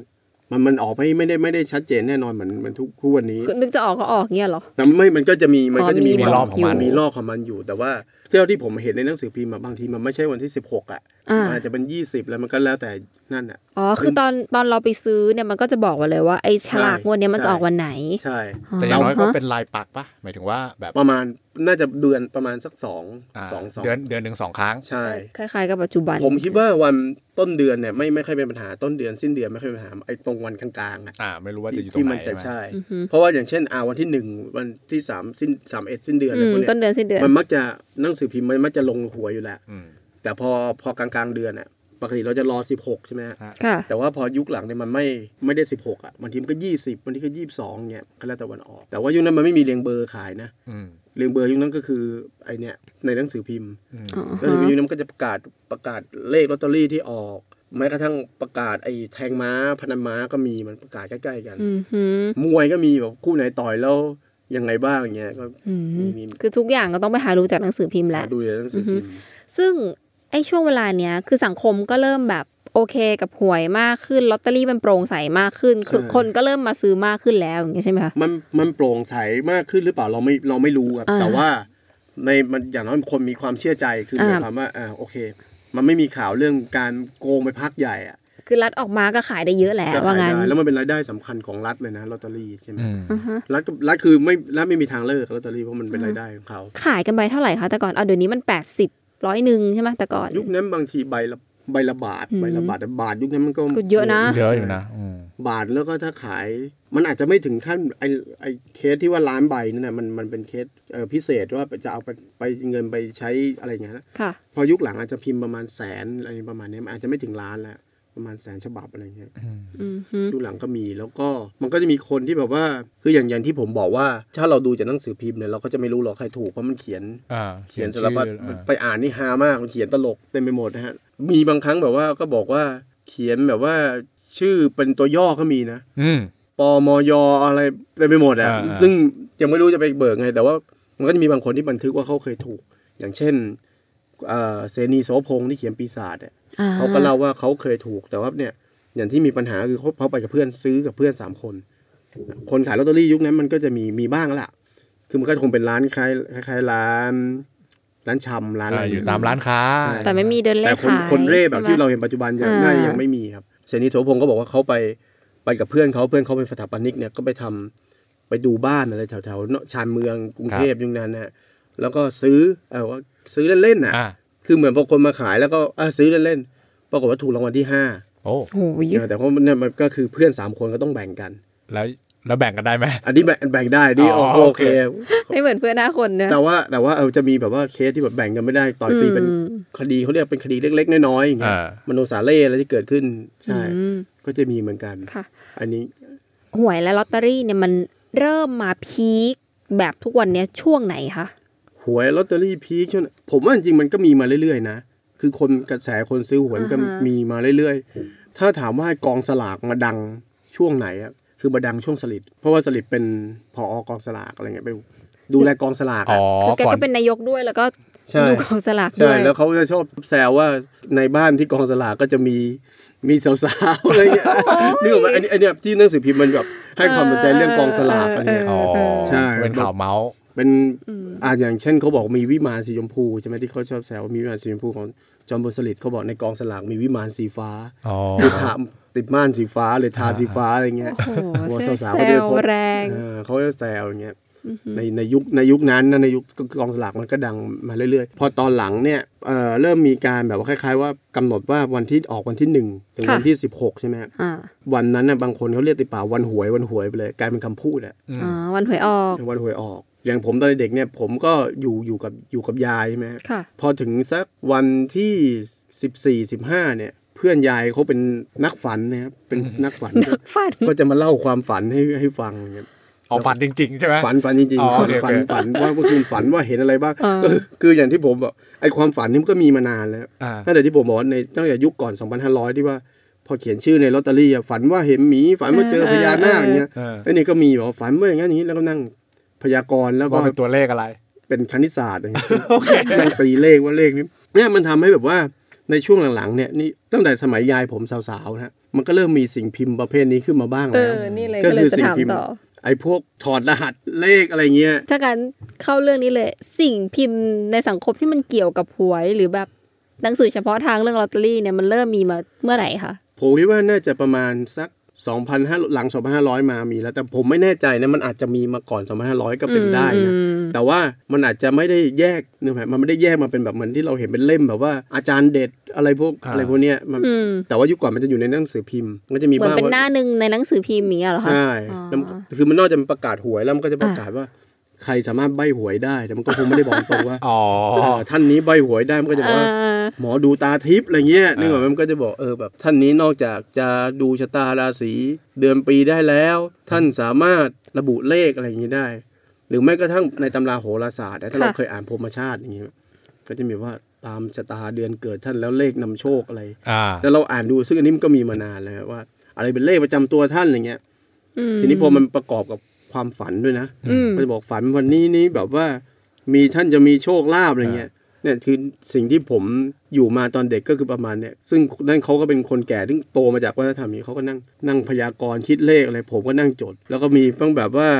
Speaker 5: มันมันออกไม่ไม่ได้ไม่ได้ชัดเจนแน่นอนเหมือนเหมือนทุกทุกวันนี้
Speaker 3: นึกจะออกก็ออกเงี้ยเหรอ
Speaker 5: แต่ไม่มันก็จะมีมันก็จะมี
Speaker 3: อ๋อมีรอบ
Speaker 5: ค
Speaker 3: อ
Speaker 5: วาม
Speaker 3: ยู่
Speaker 5: มีรอบของมันอยู่ แต่ว่าเท่าที่ผมเห็นในหนังสือพิมพ์อะบางทีมันไม่ใช่วันที่ 16 อ่ะ
Speaker 3: อ่ามั
Speaker 5: นอาจจะเป็น 20 แล้วมันก็แล้วแต่นั่นอ่ะ
Speaker 3: อ๋อคือตอนตอนเราไปซื้อเนี่ยมันก็จะบอกไว้เลยว่าไอ้ฉลากงวดเนี้ยมันจะออกวันไหน
Speaker 5: ใช่
Speaker 4: แต่อย่างน้อยก็
Speaker 3: ฮะ
Speaker 4: เป็นลายปักปะหมายถึงว่าแบบ
Speaker 5: ประมาณน่าจะเดือนประมาณสักสอง
Speaker 4: อ่า
Speaker 5: สองสอง
Speaker 4: เดือนเดือนหนึ่งสองครั้ง
Speaker 5: ใช่
Speaker 3: คล้ายๆกับปัจจุบัน
Speaker 5: ผมคิดว่าวันต้นเดือนเนี่ยไม่ไม่ค่อยเป็นปัญหาต้นเดือนสิ้นเดือนไม่ค่อยเป็นปัญหาไอ้ตรงวันกลางๆอ่ะ
Speaker 4: อ่า ไม่รู้ว่าจะอยู่ตรง
Speaker 5: ที่
Speaker 4: ไห
Speaker 5: มัน น
Speaker 4: ใช่
Speaker 5: จะ
Speaker 4: ไหม
Speaker 5: ใช่
Speaker 3: อือฮึ
Speaker 5: เพราะว่าอย่างเช่นอาวันที่หนึ่งวันที่สามสิ้นสามเอ็ดสิ้นเดือน
Speaker 3: อื
Speaker 5: อะไร
Speaker 3: ม
Speaker 5: พวกเนี้ย
Speaker 3: ต้นเดือนสิ้นเดือน
Speaker 5: มันมักจะหนังสือพิมพ์มันมักจะลงหัวอยู่แหละ
Speaker 4: อืม
Speaker 5: แต่พอพอกลางกลางๆเดือนอ่ะปกติเราจะรอ 16 ใช่ไหมฮะ
Speaker 3: ค่ะ
Speaker 5: แต่ว่าพอยุคหลังเนี่ยมันไม่ไม่ได้ 16อ่ะบางทีมันก็ 20บางทีก็ 22เนี่ยก็แล้วแต่วันออก แต่ว่ายุคนั้นมันไม่มีเรียงเบอร์ขายนะ
Speaker 4: อืม
Speaker 5: เรียงเบอร์ยุคนั้นก็คือไอเนี่ยในหนังสือพิมพ์
Speaker 4: อืม
Speaker 3: อ๋อ
Speaker 5: หนังสื
Speaker 3: ฮะ
Speaker 5: อพิมพ์ยุคนั้นก็จะประกาศประกาศเลขลอตเตอรี่ที่ออกแม้กระทั่งประกาศไอ้แทงม้าพนันม้าก็มีมันประกาศใกล้ๆกัน
Speaker 3: อืมฮึ
Speaker 5: มวยก็มีแบบคู่ไหนต่อยแล้วยังไงบ้างอย่างเงี้ยก็
Speaker 3: อืม
Speaker 5: มี
Speaker 3: คือทุกอย่างก็ต้องไปหารู้จากหนังสือพิมพ์แหละ
Speaker 5: ดูในหนังสือพิมพ์
Speaker 3: ซึ่งไอ้ช่วงเวลาเนี้ยคือสังคมก็เริ่มแบบโอเคกับหวยมากขึ้นลอตเตอรี่มันโปร่งใสมากขึ้นคือคนก็เริ่มมาซื้อมากขึ้นแล้วอย่างเงี้ยใช่ไหมคะ
Speaker 5: มันมันโปร่งใสมากขึ้นหรือเปล่าเราไม่เราไม่รู้ครับ
Speaker 3: อ่า
Speaker 5: แต่ว่าในมันอย่างน้อยคนมีความเชื่อใจคือห
Speaker 3: อ่า
Speaker 5: มายความว่าอ่าโอเค มันไม่มีข่าวเรื่องการโกงไปพักใหญ่อะ
Speaker 3: คือรัดออกมาก็ขายได้เยอะแหละ
Speaker 5: ก็
Speaker 3: ว่า
Speaker 5: ขาย
Speaker 3: งั้น
Speaker 5: ได้แล้วมันเป็นรายได้สำคัญของรัฐเลยนะลอตเตอรี่ใช่ไหม
Speaker 4: อืม
Speaker 3: อือฮะ
Speaker 5: รัฐก็รัฐคือไม่รัฐไม่มีทางเลิกลอตเตอรี่เพราะมันเป็นรายได้ของเขา
Speaker 3: ขายกันใบเท่าไหร่คะแต่ก่อนเอาเดี๋ยวนี้มัน 80ร้อยหนึ่งใช่ไหมแต่ก่อน
Speaker 5: ยุคนั้นบางทีใบละใบละบาท
Speaker 3: อืม
Speaker 5: ใบละบาทแต่บาทยุคนั้นมันก็
Speaker 3: ก็เยอะนะ
Speaker 4: เยอะอยู่นะอืม
Speaker 5: บาทแล้วก็ถ้าขาย มันอาจจะไม่ถึงขั้นไอไอเคสที่ว่าล้านใบนั่นนะมันมันเป็นเคสเอ่อพิเศษว่าจะเอาไปไปเงินไปใช้อะไรอย่างเงี้ยนะ
Speaker 3: ค่ะ
Speaker 5: พอยุคหลังอาจจะพิมพ์ประมาณแสนอะไรประมาณเนี้ยมันอาจจะไม่ถึงล้านแล้วประมาณแสนฉบับอะไรเงี้ย
Speaker 4: อืม
Speaker 3: อือฮึ
Speaker 5: ยุคหลังก็มีแล้วก็มันก็จะมีคนที่แบบว่าคืออย่างอย่างที่ผมบอกว่า ถ้าเราดูจากหนังสือพิมพ์เนี่ยเราก็จะไม่รู้หรอกใครถูกเพราะมันเขียน
Speaker 4: อ่า
Speaker 5: เขียนสารพัด
Speaker 4: ชื่ออ่า
Speaker 5: ไปอ่านนี่ฮามากมันเขียนตลกเต็มไปหมดนะฮะมีบางครั้งแบบว่าก็บอกว่าเขียนแบบว่าชื่อเป็นตัวย่อก็มีนะ
Speaker 4: อืม
Speaker 5: ปอมยอะไรเต็มไปหมดอ่ะ
Speaker 4: อ่า
Speaker 5: ซึ่งยังไม่รู้จะไปเบิกไง แต่ว่ามันก็จะมีบางคนที่บันทึกว่าเขาเคยถูก อย่างเช่นเอ่อเสนีโสพงษ์ที่เขียนปีศาจเนี่ย
Speaker 3: อ่
Speaker 5: เขาก็เล่าว่าเขาเคยถูกแต่ว่าเนี่ยอย่างที่มีปัญหาคือเขาเขาไปกับเพื่อนซื้อกับเพื่อนสามคน คนขายลอตเตอรี่ยุคนั้นมันก็จะมีมีบ้างละคือมันก็คงเป็นร้านคล้ายคล้ายๆร้าน ร้านชำร้านอะไร
Speaker 4: อ่าอยู่ตามร้านค้า
Speaker 5: ใช่
Speaker 3: แต่ไม่มีเดินเล่
Speaker 5: แต่คน
Speaker 3: ขาย
Speaker 5: คนเร่แบบ
Speaker 3: ใช่
Speaker 5: ที่
Speaker 3: ไหม
Speaker 5: เราเห็นปัจจุบันยัง
Speaker 3: อ่า
Speaker 5: น่าจะยังไม่มีครับเสนีโสพงศ์ก็บอกว่าเขาไปไปกับเพื่อนเขาเพื่อนเขาเป็นสถาปนิกเนี่ยก็ไปทำไปดูบ้านอะไรแถวแถวๆเนอะชานเมืองกรุงเทพยุคนั้นนะฮะแล้วก็ซื้อเออว่าซื้อเล่นๆน่ะ
Speaker 4: อ่า
Speaker 5: คือเหมือนพอคนมาขายแล้วก็อ่ะซื้อเล่นๆปรากฏว่าถูกรางวัลที่ห้า
Speaker 4: โอ้
Speaker 3: โอ้ย
Speaker 5: เออแต่เพราะมันเนี่ยมันก็คือเพื่อนสามคนก็ต้องแบ่งกัน
Speaker 4: แล้วแล้วแบ่งกันได้ไหม
Speaker 5: อันนี้แบ่งแบ่งได้ดิ
Speaker 4: อ๋
Speaker 5: โอ
Speaker 4: อ
Speaker 5: โอเค
Speaker 4: โอ
Speaker 3: ไม่เหมือนเพื่อนหน้าคนนะ
Speaker 5: แต่ว่าแต่ว่าเออจะมีแบบว่าเคสที่แบบแบ่งกันไม่ได้ต่อยตีเป็น
Speaker 3: อืม
Speaker 5: คดีเขาเรียกเป็นคดีเล็กๆน้อยๆอย่างเงี้ย
Speaker 4: อ่าม
Speaker 5: โนสาเล่อะไรที่เกิดขึ้นใช่
Speaker 3: อืม
Speaker 5: ก็จะมีเหมือนกัน
Speaker 3: ค่ะ
Speaker 5: อันนี้
Speaker 3: หวยและลอตเตอรี่เนี่ยมันเริ่มมาพีคแบบทุกวันเนี้ยช่วงไหนคะ
Speaker 5: หวยลอตเตอรี่พีคช่วงผมว่าจริงๆมันก็มีมาเรื่อยๆนะคือคนกระแสคนซื้อหวยมันก็
Speaker 3: อ่าฮะ
Speaker 5: มีมาเรื่อยๆ ถ้าถามว่ากองสลากมาดังช่วงไหนอะคือมาดังช่วงสลิดเพราะว่าสลิดเป็นผอกองสลากอะไรเงี้ยไปดูแลกองสลาก
Speaker 4: อ๋
Speaker 5: อะ
Speaker 4: อ
Speaker 3: คือแก
Speaker 4: ก่อน
Speaker 3: ก็เป็นนายกด้วยแล้วก็
Speaker 5: ใช่
Speaker 3: ดูกองสลากด้
Speaker 5: ใช่
Speaker 3: วย
Speaker 5: แล้วเขาจะชอบแซวว่าในบ้านที่กองสลากก็จะมีมีสาวๆอะไรเงี้ยนี่ผมอันนี้อันเนี้ยที่หนังสือพิมพ์มันแบบให้ความสนใจเรื่องกองสลากอะไรเงี้ย
Speaker 4: อ๋อ
Speaker 5: ใช่
Speaker 4: เป็นข่าวเมาส์
Speaker 5: เป็นอ่าอย่างเช่นเขาบอกมีวิมานสีชมพูใช่ไหมที่เขาชอบแซวว่ามีวิมานสีชมพูของจอมบุษลิตเขาบอกในกองสลากมีวิมานสีฟ้า
Speaker 4: อ๋อ
Speaker 5: คือทาติดม่านสีฟ้าเลยทาสีฟ้าอะไรเงี้ย
Speaker 3: โอ้โห
Speaker 5: หัว
Speaker 3: แซ
Speaker 5: สาวๆก็จะ
Speaker 3: ว
Speaker 5: ไปพบ
Speaker 3: แรง
Speaker 5: เออเขาจะแซวอย่างเงี้ยในในยุคในยุคนั้นนะในยุคกองสลากมันก็ดังมาเรื่อยๆ พอตอนหลังเนี่ยเอ่อเริ่มมีการแบบว่าคล้าย ๆ ว่ากำหนดว่าวันที่ออกวันที่หนึ่งถึงวันที่สิบหกใช่ไหมฮะ
Speaker 3: อ่า
Speaker 5: วันนั้นน่ะบางคนเขาเรียกติดปากวันหวยวันหวยไปเลยกลายเป็นคำพูดอะ
Speaker 3: อ่าวันหวยออก
Speaker 5: วันหวยออก อย่างผมตอนเด็กเนี่ยผมก็อยู่อยู่กับอยู่กับยายใช่ไหมฮะ
Speaker 3: ค่ะ
Speaker 5: พอถึงสักวันที่สิบสี่สิบห้าเนี่ยเพื่อนยายเขาเป็นนักฝันนะครับเป็นนัก ฝัน
Speaker 3: นักฝัน
Speaker 5: ก็จะมาเล่าความฝันให้ให้ฟังอย่างเงี้ย
Speaker 4: เอาฝันจริง ๆ ใช่ไหม
Speaker 5: ฝันฝันจริง
Speaker 4: อ๋อ
Speaker 5: ๆฝัน
Speaker 4: โอเค
Speaker 5: ฝัน
Speaker 4: โอเค
Speaker 5: ฝันว่าเมื่อคืนฝันว่าเห็นอะไรบ้างก็คือคืออย่างที่ผมบอกไอ้ความฝันนี่มันก็มีมานานแล้ว
Speaker 4: อ่า
Speaker 5: ตั้งแต่ที่ผมบอกว่าในตั้งแต่ยุคก่อน 2500 ที่ว่า พอเขียนชื่อในลอตเตอรี่อะฝันว่าเห็นหมีฝันว่าเจอพญานาคอย่างเงี้ย
Speaker 4: เออ
Speaker 5: ไอ้นี่ก็มีบอกว่าฝันว่าอย่างนั้นอย่างนี้แล้วก็นั่งพยากรณ์แล้วก็
Speaker 4: ว่าเป็นตัวเลขอะไร
Speaker 5: เป็นคณิตศาสตร์อย่างเงี้ยนั่งตีเลขว่าเลขนี้เนี่ยมันทำให้แบบว่าในช่วงหลังๆเนี่ยนี่ตั้งแต่สมัยยายผมสาวๆนะ มันก็เริ่มมีสิ่งพิมพ์ประเภทนี้ขึ้นมาบ้าง
Speaker 3: เอ
Speaker 5: แล้ว
Speaker 3: อ นี่เลยก็เลยจะถามต่อ
Speaker 5: ไอ้พวกถอดรหัสเลขอะไรเงี้ย
Speaker 3: ถ้าการเข้าเรื่องนี้เลย สิ่งพิมพ์ในสังคมที่มันเกี่ยวกับหวยหรือแบบหนังสือเฉพาะทางเรื่องลอตเตอรี่เนี่ยมันเริ่มมีมาเมื่อไหร่คะ
Speaker 5: ผมคิดว่าน่าจะประมาณสัก 2,500 หลัง 2,500 มามีแล้ว แต่ผมไม่แน่ใจนะ มันอาจจะมีมาก่อน 2,500 ก็เป็นได้นะ
Speaker 3: อืม
Speaker 5: แต่ว่ามันอาจจะไม่ได้แยกเนื้อหมายมันไม่ได้แยกมาเป็นแบบเหมือนที่เราเห็นเป็นเล่มแบบว่าอาจารย์เด็ดอะไรพวก
Speaker 4: อ่า
Speaker 5: อะไรพวกเนี้ยมัน
Speaker 3: อืม
Speaker 5: แต่ว่ายุคก่อนมันจะอยู่ในหนังสือพิมพ์ มันก็จะมี
Speaker 3: เหมือน
Speaker 5: บ้าง
Speaker 3: เป็นห
Speaker 5: ว่า
Speaker 3: น้าหนึ่งในหนังสือพิมพ์อย่างเงี้ยเหรอคะ
Speaker 5: ใช่
Speaker 3: อ๋อ
Speaker 5: แล้วมันคือมันนอกจากมันประกาศหวยแล้วมันก็จะประกาศว่า ใครสามารถใบหวยได้ แต่มันก็คงไม่ได้บอกตรงว่า
Speaker 4: อ๋อ
Speaker 5: เออท่านนี้ใบหวยได้มันก็จะบอกว่า หมอดูตาทิพย์อะไรเงี้ยนึกออกไหมมันก็จะบอกเออแบบท่านนี้นอกจากจะดูชะตาราศีเดือนปีได้แล้ว ท่านสามารถระบุเลขอะไรอย่างนี้ได้ หรือแม้กระทั่งในตำราโหราศาสตร์นะถ้าเรา
Speaker 3: ค่ะ
Speaker 5: เคยอ่านพรหมชาติอย่างเงี้ยก็จะมีว่าตามชะตาเดือนเกิดท่านแล้วเลขนำโชคอะไร
Speaker 4: อ่า
Speaker 5: แต่เราอ่านดูซึ่งอันนี้มันก็มีมานานแล้วว่า อะไรเป็นเลขประจำตัวท่านอะไรเงี้ย
Speaker 3: อืม
Speaker 5: ทีนี้พอมันประกอบกับความฝันด้วยนะ
Speaker 3: อืม
Speaker 5: ก็จะบอกฝันวันนี้นี้แบบว่ามีท่านจะมีโชคลาภอะไรเงี้ยเนี่ยคือสิ่งที่ผมอยู่มาตอนเด็กก็คือประมาณเนี่ยซึ่งนั่นเขาก็เป็นคนแก่ที่โตมาจากวัฒนธรรมนี้เขาก็นั่งนั่งพยากรณ์คิดเลขอะไร ผมก็นั่งจด แล้วก็มีต้องแบบว่า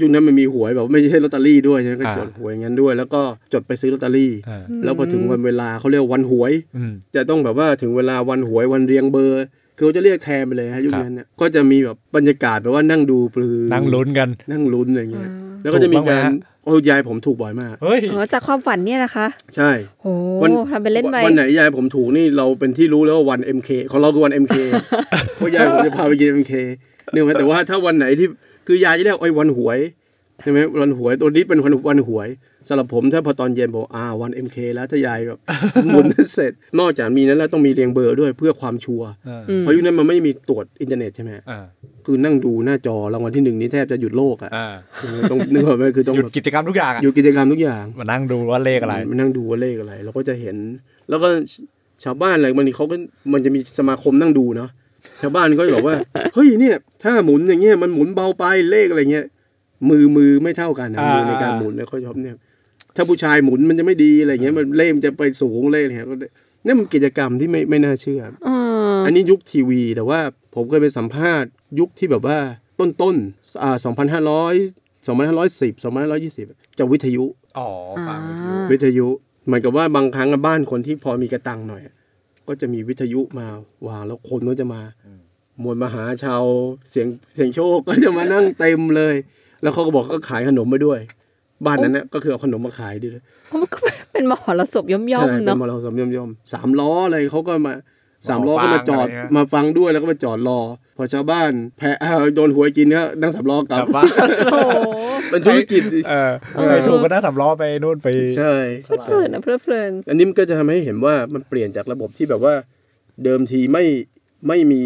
Speaker 5: ยุคนั้นมันมีหวยแบบไม่ใช่ลอตเตอรี่ด้วยใช่ไหมก็
Speaker 4: อ่า
Speaker 5: จดหวยอย่างนั้นด้วย แล้วก็จดไปซื้อลอตเตอรี่
Speaker 4: อ่า
Speaker 5: แล้วพอถึงวันเวลาเขาเรียกวันหวย
Speaker 4: อืม
Speaker 5: จะต้องแบบว่าถึงเวลาวันหวยวันเรียงเบอร์คือเขาจะเรียกแทนไปเลยฮะยุคนั้นเนี่ยก็จะมีแบบบรรยากาศแบบว่านั่งดูปลือ
Speaker 4: นั่งลุ้นกัน
Speaker 5: นั่งลุ้นอะไรเงี้ย แล้วก็จะมี
Speaker 4: ถูกบ้างไหมฮ
Speaker 5: การ
Speaker 4: ะ
Speaker 5: โอ้ยายผมถูกบ่อยมาก
Speaker 4: เฮ้ย
Speaker 3: อ๋อจากความฝันเนี่ยนะคะ
Speaker 5: ใช่
Speaker 3: โอ้ทำเป็นเล่นไป
Speaker 5: วันไหนยายผมถูกนี่เราเป็นที่รู้แล้วว่าวัน MK ของเราคือวัน MK เพราะยายผมจะพาไปกิน MK เนื่องแต่ว่าถ้าวันไหนที่คือยายจะเรียกไอ้ยวันหวยใช่ไหมวันหวยตัวนี้เป็นวันวันหวยสำหรับผมถ้าพอตอนเย็นบอกอ่าวัน MK แล้วถ้ายายแบบ หมุนเสร็จ นอกจากมีนั้นแล้วต้องมีเรียงเบอร์ด้วยเพื่อความชัวร์
Speaker 4: อ่า
Speaker 3: อืม
Speaker 5: เพราะยุคนั้นมันไม่ได้มีตรวจอินเทอร์เน็ตใช่ไหม
Speaker 4: อ่า
Speaker 5: คือนั่งดูหน้าจอรางวัลที่หนึ่งนี่แทบจะหยุดโลกอ่ะ
Speaker 4: อ่า
Speaker 5: ต้องนึกออกไหมคือต้อง
Speaker 4: หยุ
Speaker 5: แบ
Speaker 4: ด
Speaker 5: บ
Speaker 4: กิจกรรมทุกอย่างอะ
Speaker 5: อยู่กิจกรรมทุกอย่าง
Speaker 4: มานั่งดูว่าเลขอะไร
Speaker 5: มานั่งดูว่าเลขอะไรเราก็จะเห็น แล้วก็ชชาวบ้านอะไรบางทีเขาก็มันจะมีสมาคมนั่งดูเนาะชาวบ้านก็จะบอกว่า เฮ้ยเนี่ย ถ้าหมุนอย่างเงี้ยมันหมุนเบาไปเลขอะไรเงี้ยมือมือไม่เท่ากันนะ
Speaker 4: อ่า
Speaker 5: มือในการหมุนแล้วเขาชอบเนี่ย ถ้าผู้ชายหมุนมันจะไม่ดีอะไรเงี้ยมันเลขมันจะไปสูงเลขอะไรเงี้ยก็ได้เนี่ยมันกิจกรรมที่ไม่ไม่น่าเชื่อ
Speaker 3: อ๋อ
Speaker 5: อันนี้ยุคทีวีแต่ว่าผมเคยไปสัมภาษณ์ยุคที่แบบว่าต้นต้นๆอ่าสองพันห้าร้อยสองพันห้าร้อยสิบสองพันห้าร้อยยี่สิบจะวิทยุ
Speaker 4: อ๋อฟังวิทยุ
Speaker 5: วิทยุเหมือนกับว่าบางครั้งอะบ้านคนที่พอมีกระตังหน่อยอะก็จะมีวิทยุมาวางแล้วคนก็จะมา มวลมหาชาวเสียงเสียงโชคก็จะมานั่งเต็มเลย แล้วเขาก็บอกก็ขายขนมมาด้วย บ้านนั้นนะก็คือเอาขนมมาขายด้วย
Speaker 3: อ๋อมันก็เป็นมหรสพย่อม
Speaker 5: ใช่
Speaker 3: ๆ
Speaker 5: เป็น
Speaker 3: เนาะ
Speaker 5: มอเราสมยอมยอมสามล้ออะไรเขาก็มาสามล้อก็มาจอดมาฟังด้วยแล้วก็มาจอดรอ พอชาวบ้านแพ้เอ่อโดนหวยกินก็นั่งสามล้อก
Speaker 4: ก
Speaker 5: ลั
Speaker 4: ลั
Speaker 5: บบ
Speaker 4: บ้าน
Speaker 3: โอ้โห
Speaker 5: เป็นธุรกิจ
Speaker 4: เออใครถูกก็น่าสำล้อไปนู่นไป
Speaker 5: ใช่
Speaker 3: เพลิดเพลินนะเพลิดเพลิน
Speaker 5: อันนี้มันก็จะทำให้เห็นว่ามันเปลี่ยนจากระบบที่แบบว่าเดิมทีไม่ไม่มี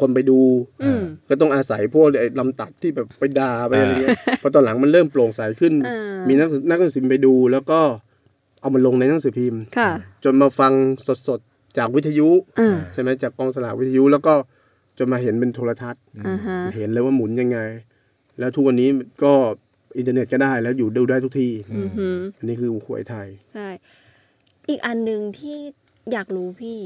Speaker 5: คนไปดู
Speaker 3: อืม
Speaker 5: ก็ต้องอาศัยพวกไอ้ลำตัดที่แบบไปด่าไป
Speaker 4: อ่า
Speaker 5: อะไรเงี้ยพอตอนหลังมันเริ่มโปร่งใสขึ้น
Speaker 3: อ่ามี
Speaker 5: มีนักนักหนังสือพิมพ์ไปดู แล้วก็เอามันลงในหนังสือพิมพ์
Speaker 3: ค่ะ
Speaker 5: จนมาฟังสดๆ จากวิทยุ
Speaker 3: อ่า
Speaker 5: ใช่ไหมจากกองสลากวิทยุแล้วก็จนมาเห็นเป็นโทรทัศน์
Speaker 3: อ่าฮะ
Speaker 5: เห็นเลยว่าหมุนยังไง แล้วทุกวันนี้ก็อินเทอร์เน็ตก็ได้แล้วอยู่ดูได้ทุกที่
Speaker 3: อือหือ
Speaker 5: อันนี้คือหวยไทย
Speaker 3: ใช่ อีกอันหนึ่งที่อยากรู้พี่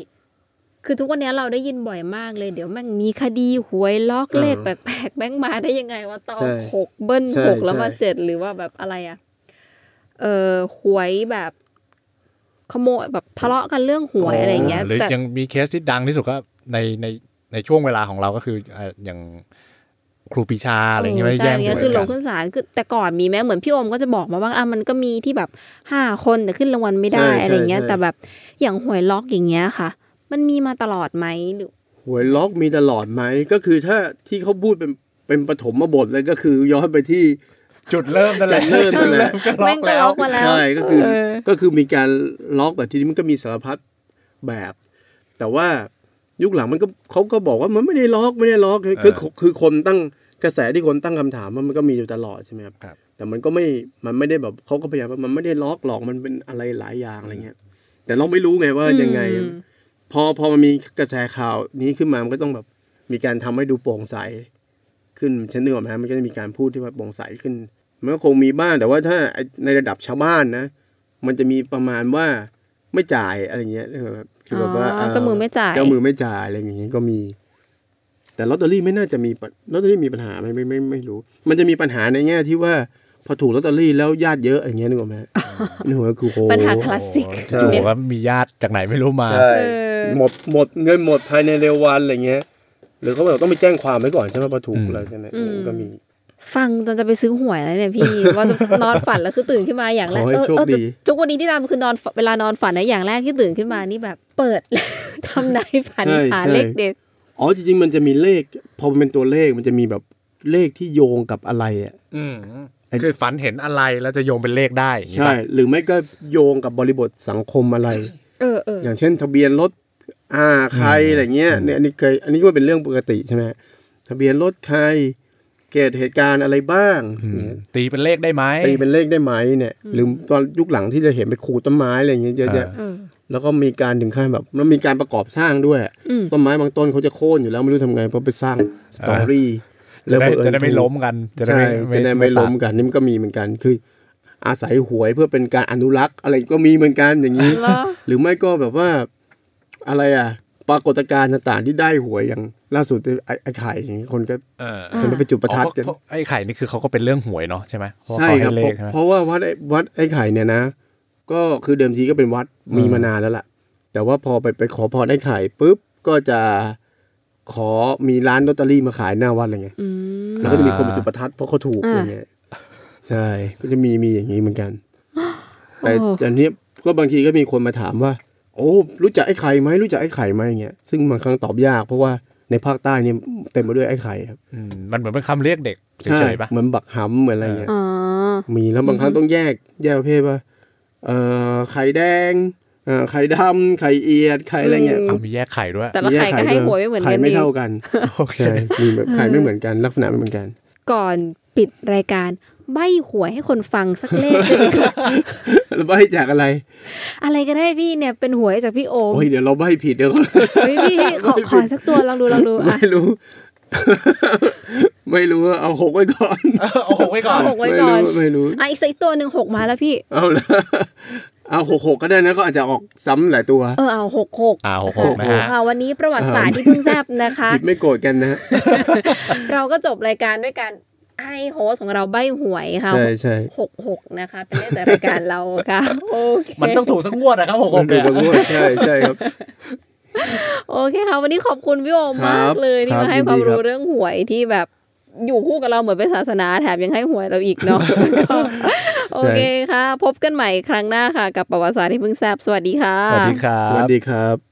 Speaker 3: คือทุกวันนี้เราได้ยินบ่อยมากเลย เดี๋ยวแมันมีคดีหวยล็อกเลขแป
Speaker 5: อ่า
Speaker 3: ลกๆแบงค์มาได้ยังไงว่าตอ
Speaker 5: ใช่
Speaker 3: หกเบิ้ล
Speaker 5: ใช่
Speaker 3: หกแล้วมา
Speaker 5: ใช่
Speaker 3: เจ็ดหรือว่าแบบอะไรอะเออหวยแบบขโมยแบบทะเลาะกันเรื่องหวยอะไรอย่างเงี้ย
Speaker 4: หรือ
Speaker 3: แต่
Speaker 4: ยังมีเคสที่ดังที่สุดก็ในในในช่วงเวลาของเราก็คืออ่ะอย่างครูปีชาอะไรอย่างเงี้ย
Speaker 3: เ
Speaker 4: ไม่แย่งห
Speaker 3: ก็
Speaker 4: วย
Speaker 3: คือล
Speaker 4: กั
Speaker 3: ง
Speaker 4: น
Speaker 3: ขึ้นศาลคือแต่ก่อนมีไหมเหมือนพี่โอมก็จะบอกมาว่าอ่ะมันก็มีที่แบบห้าคนแต่ขึ้นรางวัลไม่ได้
Speaker 5: ใช่ใช่
Speaker 3: อะไรเงี้ย
Speaker 5: ใช่
Speaker 3: แต่แบบอย่างหวยล็อกอย่างเงี้ยค่ะ มันมีมาตลอดไหมหรือ
Speaker 5: หวยล็อกมีตลอดไหมก็คือถ้าที่เขาพูดเป็นเป็นปฐมบทเลยก็คือย้อนไปที่
Speaker 4: จุดเริ่มนั่นแหละ
Speaker 5: จุดเริ่มนั่นแหละ
Speaker 4: จุดเริ่มก็ล็อก
Speaker 3: แม่งก็ล็อกมา
Speaker 4: แล้ว
Speaker 3: แล้ว
Speaker 5: ใช่ก็คือ
Speaker 3: เออ
Speaker 5: ก็คือมีการล็อกแต่ทีนี้มันก็มีสารพัดแบบ แต่ว่ายุคหลังมันก็เขาก็บอกว่ามันไม่ได้ล็อกไม่ได้ล็อกคือ
Speaker 4: เออ
Speaker 5: คือคือคือคนตั้งกระแสที่คนตั้งคำถามว่ามันก็มีอยู่ตลอดใช่ไหมครับ
Speaker 4: ครับ
Speaker 5: แต่มันก็ไม่มันไม่ได้แบบเขาก็พยายามว่ามันไม่ได้ล็อกหรอกมันเป็นอะไรหลายอย่างอะไรเงี้ย แต่เราไม่รู้ไงว่ายังไง
Speaker 3: อืม
Speaker 5: พอพอมันมีกระแสข่าวนี้ขึ้นมามันก็ต้องแบบมีการทำให้ดูโปร่งใส ขึ้นฉันนึกออกไหมฮะมันก็จะมีการพูดที่ว่าโปร่งใสขึ้น มันก็คงมีบ้างแต่ว่าถ้าในระดับชาวบ้านนะ มันจะมีประมาณว่าไม่จ่ายอะไรเงี้ยนะครับคือแบบว่า
Speaker 3: อ๋อเจ้ามือไม่จ่าย
Speaker 5: เจ้ามือไม่จ่ายอะไรอย่างเงี้ยก็มี แต่ลอตเตอรี่ไม่น่าจะมีปัญลอตเตอรี่มีปัญหาไหมไม่ไม่ไม่รู้ มันจะมีปัญหาในแง่ที่ว่าพอถูกลอตเตอรี่แล้วญาติเยอะอย่างเงี้ยนึกออกไหมนึกออกไหมคือโห
Speaker 3: ปัญหาคลาสสิก
Speaker 5: ใช่
Speaker 4: จู่ๆก็มีญาติจากไหนไม่รู้มา
Speaker 5: ใช่หมดหมดเงินหมดภายในเร็ววันอะไรเงี้ย หรือเขาแบบต้องไปแจ้งความไว้ก่อนใช่ไหมพอถูก
Speaker 4: อืม
Speaker 5: อะไรใช่ไหมเออก็มี
Speaker 3: ฟังจนจะไปซื้อหวยแล้วเนี่ยพี่ ว่าจะนอนฝันแล้วคือตื่นขึ้นมาอย่างแรก
Speaker 5: ขอให้
Speaker 3: เออ
Speaker 5: โชค
Speaker 3: เออ
Speaker 5: ดี
Speaker 3: แต่ทุกวันนี้ที่ดามคือนอนฝันเวลานอนฝันนะอย่างแรกที่ตื่นขึ้นมานี่แบบ เปิด ทำนายฝันหาเลขเด็ด
Speaker 5: อ๋อจริงๆมันจะมีเลข พอมันเป็นตัวเลขมันจะมีแบบเลขที่โยงกับอะไรอ่ะ
Speaker 4: อืมคือฝันเห็นอะไรแล้วจะโยงเป็นเลขได้อย่างงี้
Speaker 5: ใช่
Speaker 4: ป่ะ
Speaker 5: หรือไม่ก็โยงกับบริบทสังคมอะไร
Speaker 3: เออเออ
Speaker 5: อย่างเช่น ทะเบียนรถอ่าใครอะไรเงี้ยเนี่ยอันนี้เคยอันนี้ก็เป็นเรื่องปกติใช่ไหมทะเบียนรถใครเกิดเหตุการณ์อะไรบ้างเนี่ย
Speaker 4: ตีเป็นเลขได้ไหม
Speaker 5: ตีเป็นเลขได้ไหมเนี่ย หรือตอนยุคหลังที่จะเห็นไปขูดต้นไม้อะไรเงี้ยเยอะแยะ
Speaker 4: อ่า
Speaker 3: เออ
Speaker 5: แล้วก็มีการถึงขั้นแบบมันมีการประกอบสร้างด้วย
Speaker 3: อืม
Speaker 5: ต้นไม้บางต้นเขาจะโค่นอยู่แล้วไม่รู้ทำไงเพราะไปสร้างสตอรี่
Speaker 4: จะได้
Speaker 5: บังเอิญ
Speaker 4: จะได้ไม่
Speaker 5: ถูก
Speaker 4: ล้มกัน จะได้
Speaker 5: ใช่
Speaker 4: ไม่
Speaker 5: จะได้ไม่ล้มกันนี่มันก็มีเหมือนกันคือ อาศัยหวยเพื่อเป็นการอนุรักษ์อะไรก็มีเหมือนกันอย่าง นี้
Speaker 3: เหรอ
Speaker 5: หรือไม่ก็แบบว่าอะไรอ่ะ ปรากฏการณ์ต่างๆที่ได้หวยอย่างล่าสุดไอ้ไอ้ไข่อย่างนี้คนก็
Speaker 4: เออ
Speaker 5: ฉันไปจุดประทัด
Speaker 4: อ๋อ
Speaker 5: กัน
Speaker 4: เพราะไอ้ไข่นี่คือเขาก็เป็นเรื่องหวยเนาะใช่ไหมเพาะว่า
Speaker 5: ใช่
Speaker 4: เขา
Speaker 5: ครับ
Speaker 4: ให้เลขใช่ไหม
Speaker 5: เพราะเพราะว่าวัดไอ้วัดไอ้ไข่เนี่ยนะ ก็คือเดิมทีก็เป็นวัดมีมานานแล้วล่ะ แต่ว่าพอไปไปขอพรไอ้ไข่ปุ๊บก็จะขอมีร้านลอตเตอรี่มาขายหน้าวัดอะไรเงี้ย
Speaker 3: อืม
Speaker 5: แล้วก็จะมีคนมาจุดประทัดเพราะเขาถูก
Speaker 3: อ่า
Speaker 5: อย่างเงี้ยใช่ก็จะมีมีอย่างนี้เหมือนกัน แต่
Speaker 3: โอ้
Speaker 5: อันเนี้ยก็บางทีก็มีคนมาถามว่า โอ้รู้จักไอ้ไข่ไหมรู้จักไอ้ไข่ไหมอย่างเงี้ยซึ่งบางครั้งตอบยากเพราะว่าในภาคใต้เนี่ยเต็มไปด้วยไอ้ไข่ครับ
Speaker 4: อืมมันเหมือนเป็นคำเรียกเด็กเฉยๆป่ะ
Speaker 5: เหมือนบักหำเหมือนอะไรเงี้ย
Speaker 3: อ๋อ
Speaker 5: มีแล้วบางครั้งต้องแยก แยกประเภทว่าเอ่อไข่แดงเอ่อไข่ดำไข่เอียดไข่อะไรเงี้ย
Speaker 3: อื
Speaker 4: อ่ะมีแยกไข่ด้วย
Speaker 3: แต่ละไข่ก็ให้หวยไม่เหมือน
Speaker 5: ไข่
Speaker 3: กัน
Speaker 5: ไม่
Speaker 3: ดี
Speaker 5: เท่า กัน
Speaker 4: โอเค
Speaker 5: ใช่มีแบบไข่ไม่เหมือนกันลักษณะไม่เหมือนกัน
Speaker 3: ก่อนปิดรายการใบหวยให้คนฟังสักเลขได้ไหมคะ
Speaker 5: แล้วใบจากอะไร
Speaker 3: อะไรก็ได้พี่เนี่ยเป็นหวยจากพี่โอม
Speaker 5: โอ้ยเดี๋ยวเราใบผิดเดี๋ยวก่อน
Speaker 3: เฮ้ยพี่ขอขอสักตัวลองดูลองดูอ่ะ
Speaker 5: ไม่รู้ ไม่รู้อะเอาหกไว้ก่อน
Speaker 4: โอ้โหไว้ก่อน
Speaker 3: เอาหกไว้ก่อน
Speaker 5: รู้ไม่รู้
Speaker 3: อ่ะอีกสักตัวหนึ่งหกมาแล้วพี่
Speaker 5: เอาละเอาหกหกก็ได้นะก็อาจจะออกซ้ำหลายตัว
Speaker 3: เออเอาหกหก
Speaker 4: อ่าหกหกนะฮะ
Speaker 3: อ่ะวันนี้ประวัติศาสตร์ที่เพิ่งแซบนะคะ
Speaker 5: ผิดไม่โกรธกันนะ
Speaker 3: เราก็จบรายการด้วยการให้โฮสของเราใบหวยค่ะ
Speaker 5: ใช่ใช่
Speaker 3: หกหกนะคะเป็นเลขจากรายการเราค่ะโอเค
Speaker 4: มันต้องถูกสักงวดนะครับหกห
Speaker 5: มัน
Speaker 4: ก
Speaker 5: ดู
Speaker 4: เนี่ย
Speaker 5: กระโดใช่ใช่ครับ
Speaker 3: โอเคค่ะวันนี้ขอบคุณพี่โอม
Speaker 5: ครับ
Speaker 3: มากเลยที่
Speaker 5: ครับ
Speaker 3: มาให้
Speaker 5: ยิ
Speaker 3: ค
Speaker 5: นดี
Speaker 3: วามรู้
Speaker 5: ครับ
Speaker 3: เรื่องหวยที่แบบอยู่คู่กับเราเหมือนเป็นศาสนาแถมยังให้หวยเราอีกเนาะก็โอเคค่ะ พบกันใหม่ครั้งหน้าค่ะ กับประวัติศาสตร์ที่เพิ่งแซบสวัสดีค่ะ
Speaker 4: สวัสดีครั
Speaker 5: สวั
Speaker 4: บ
Speaker 5: สดีครับ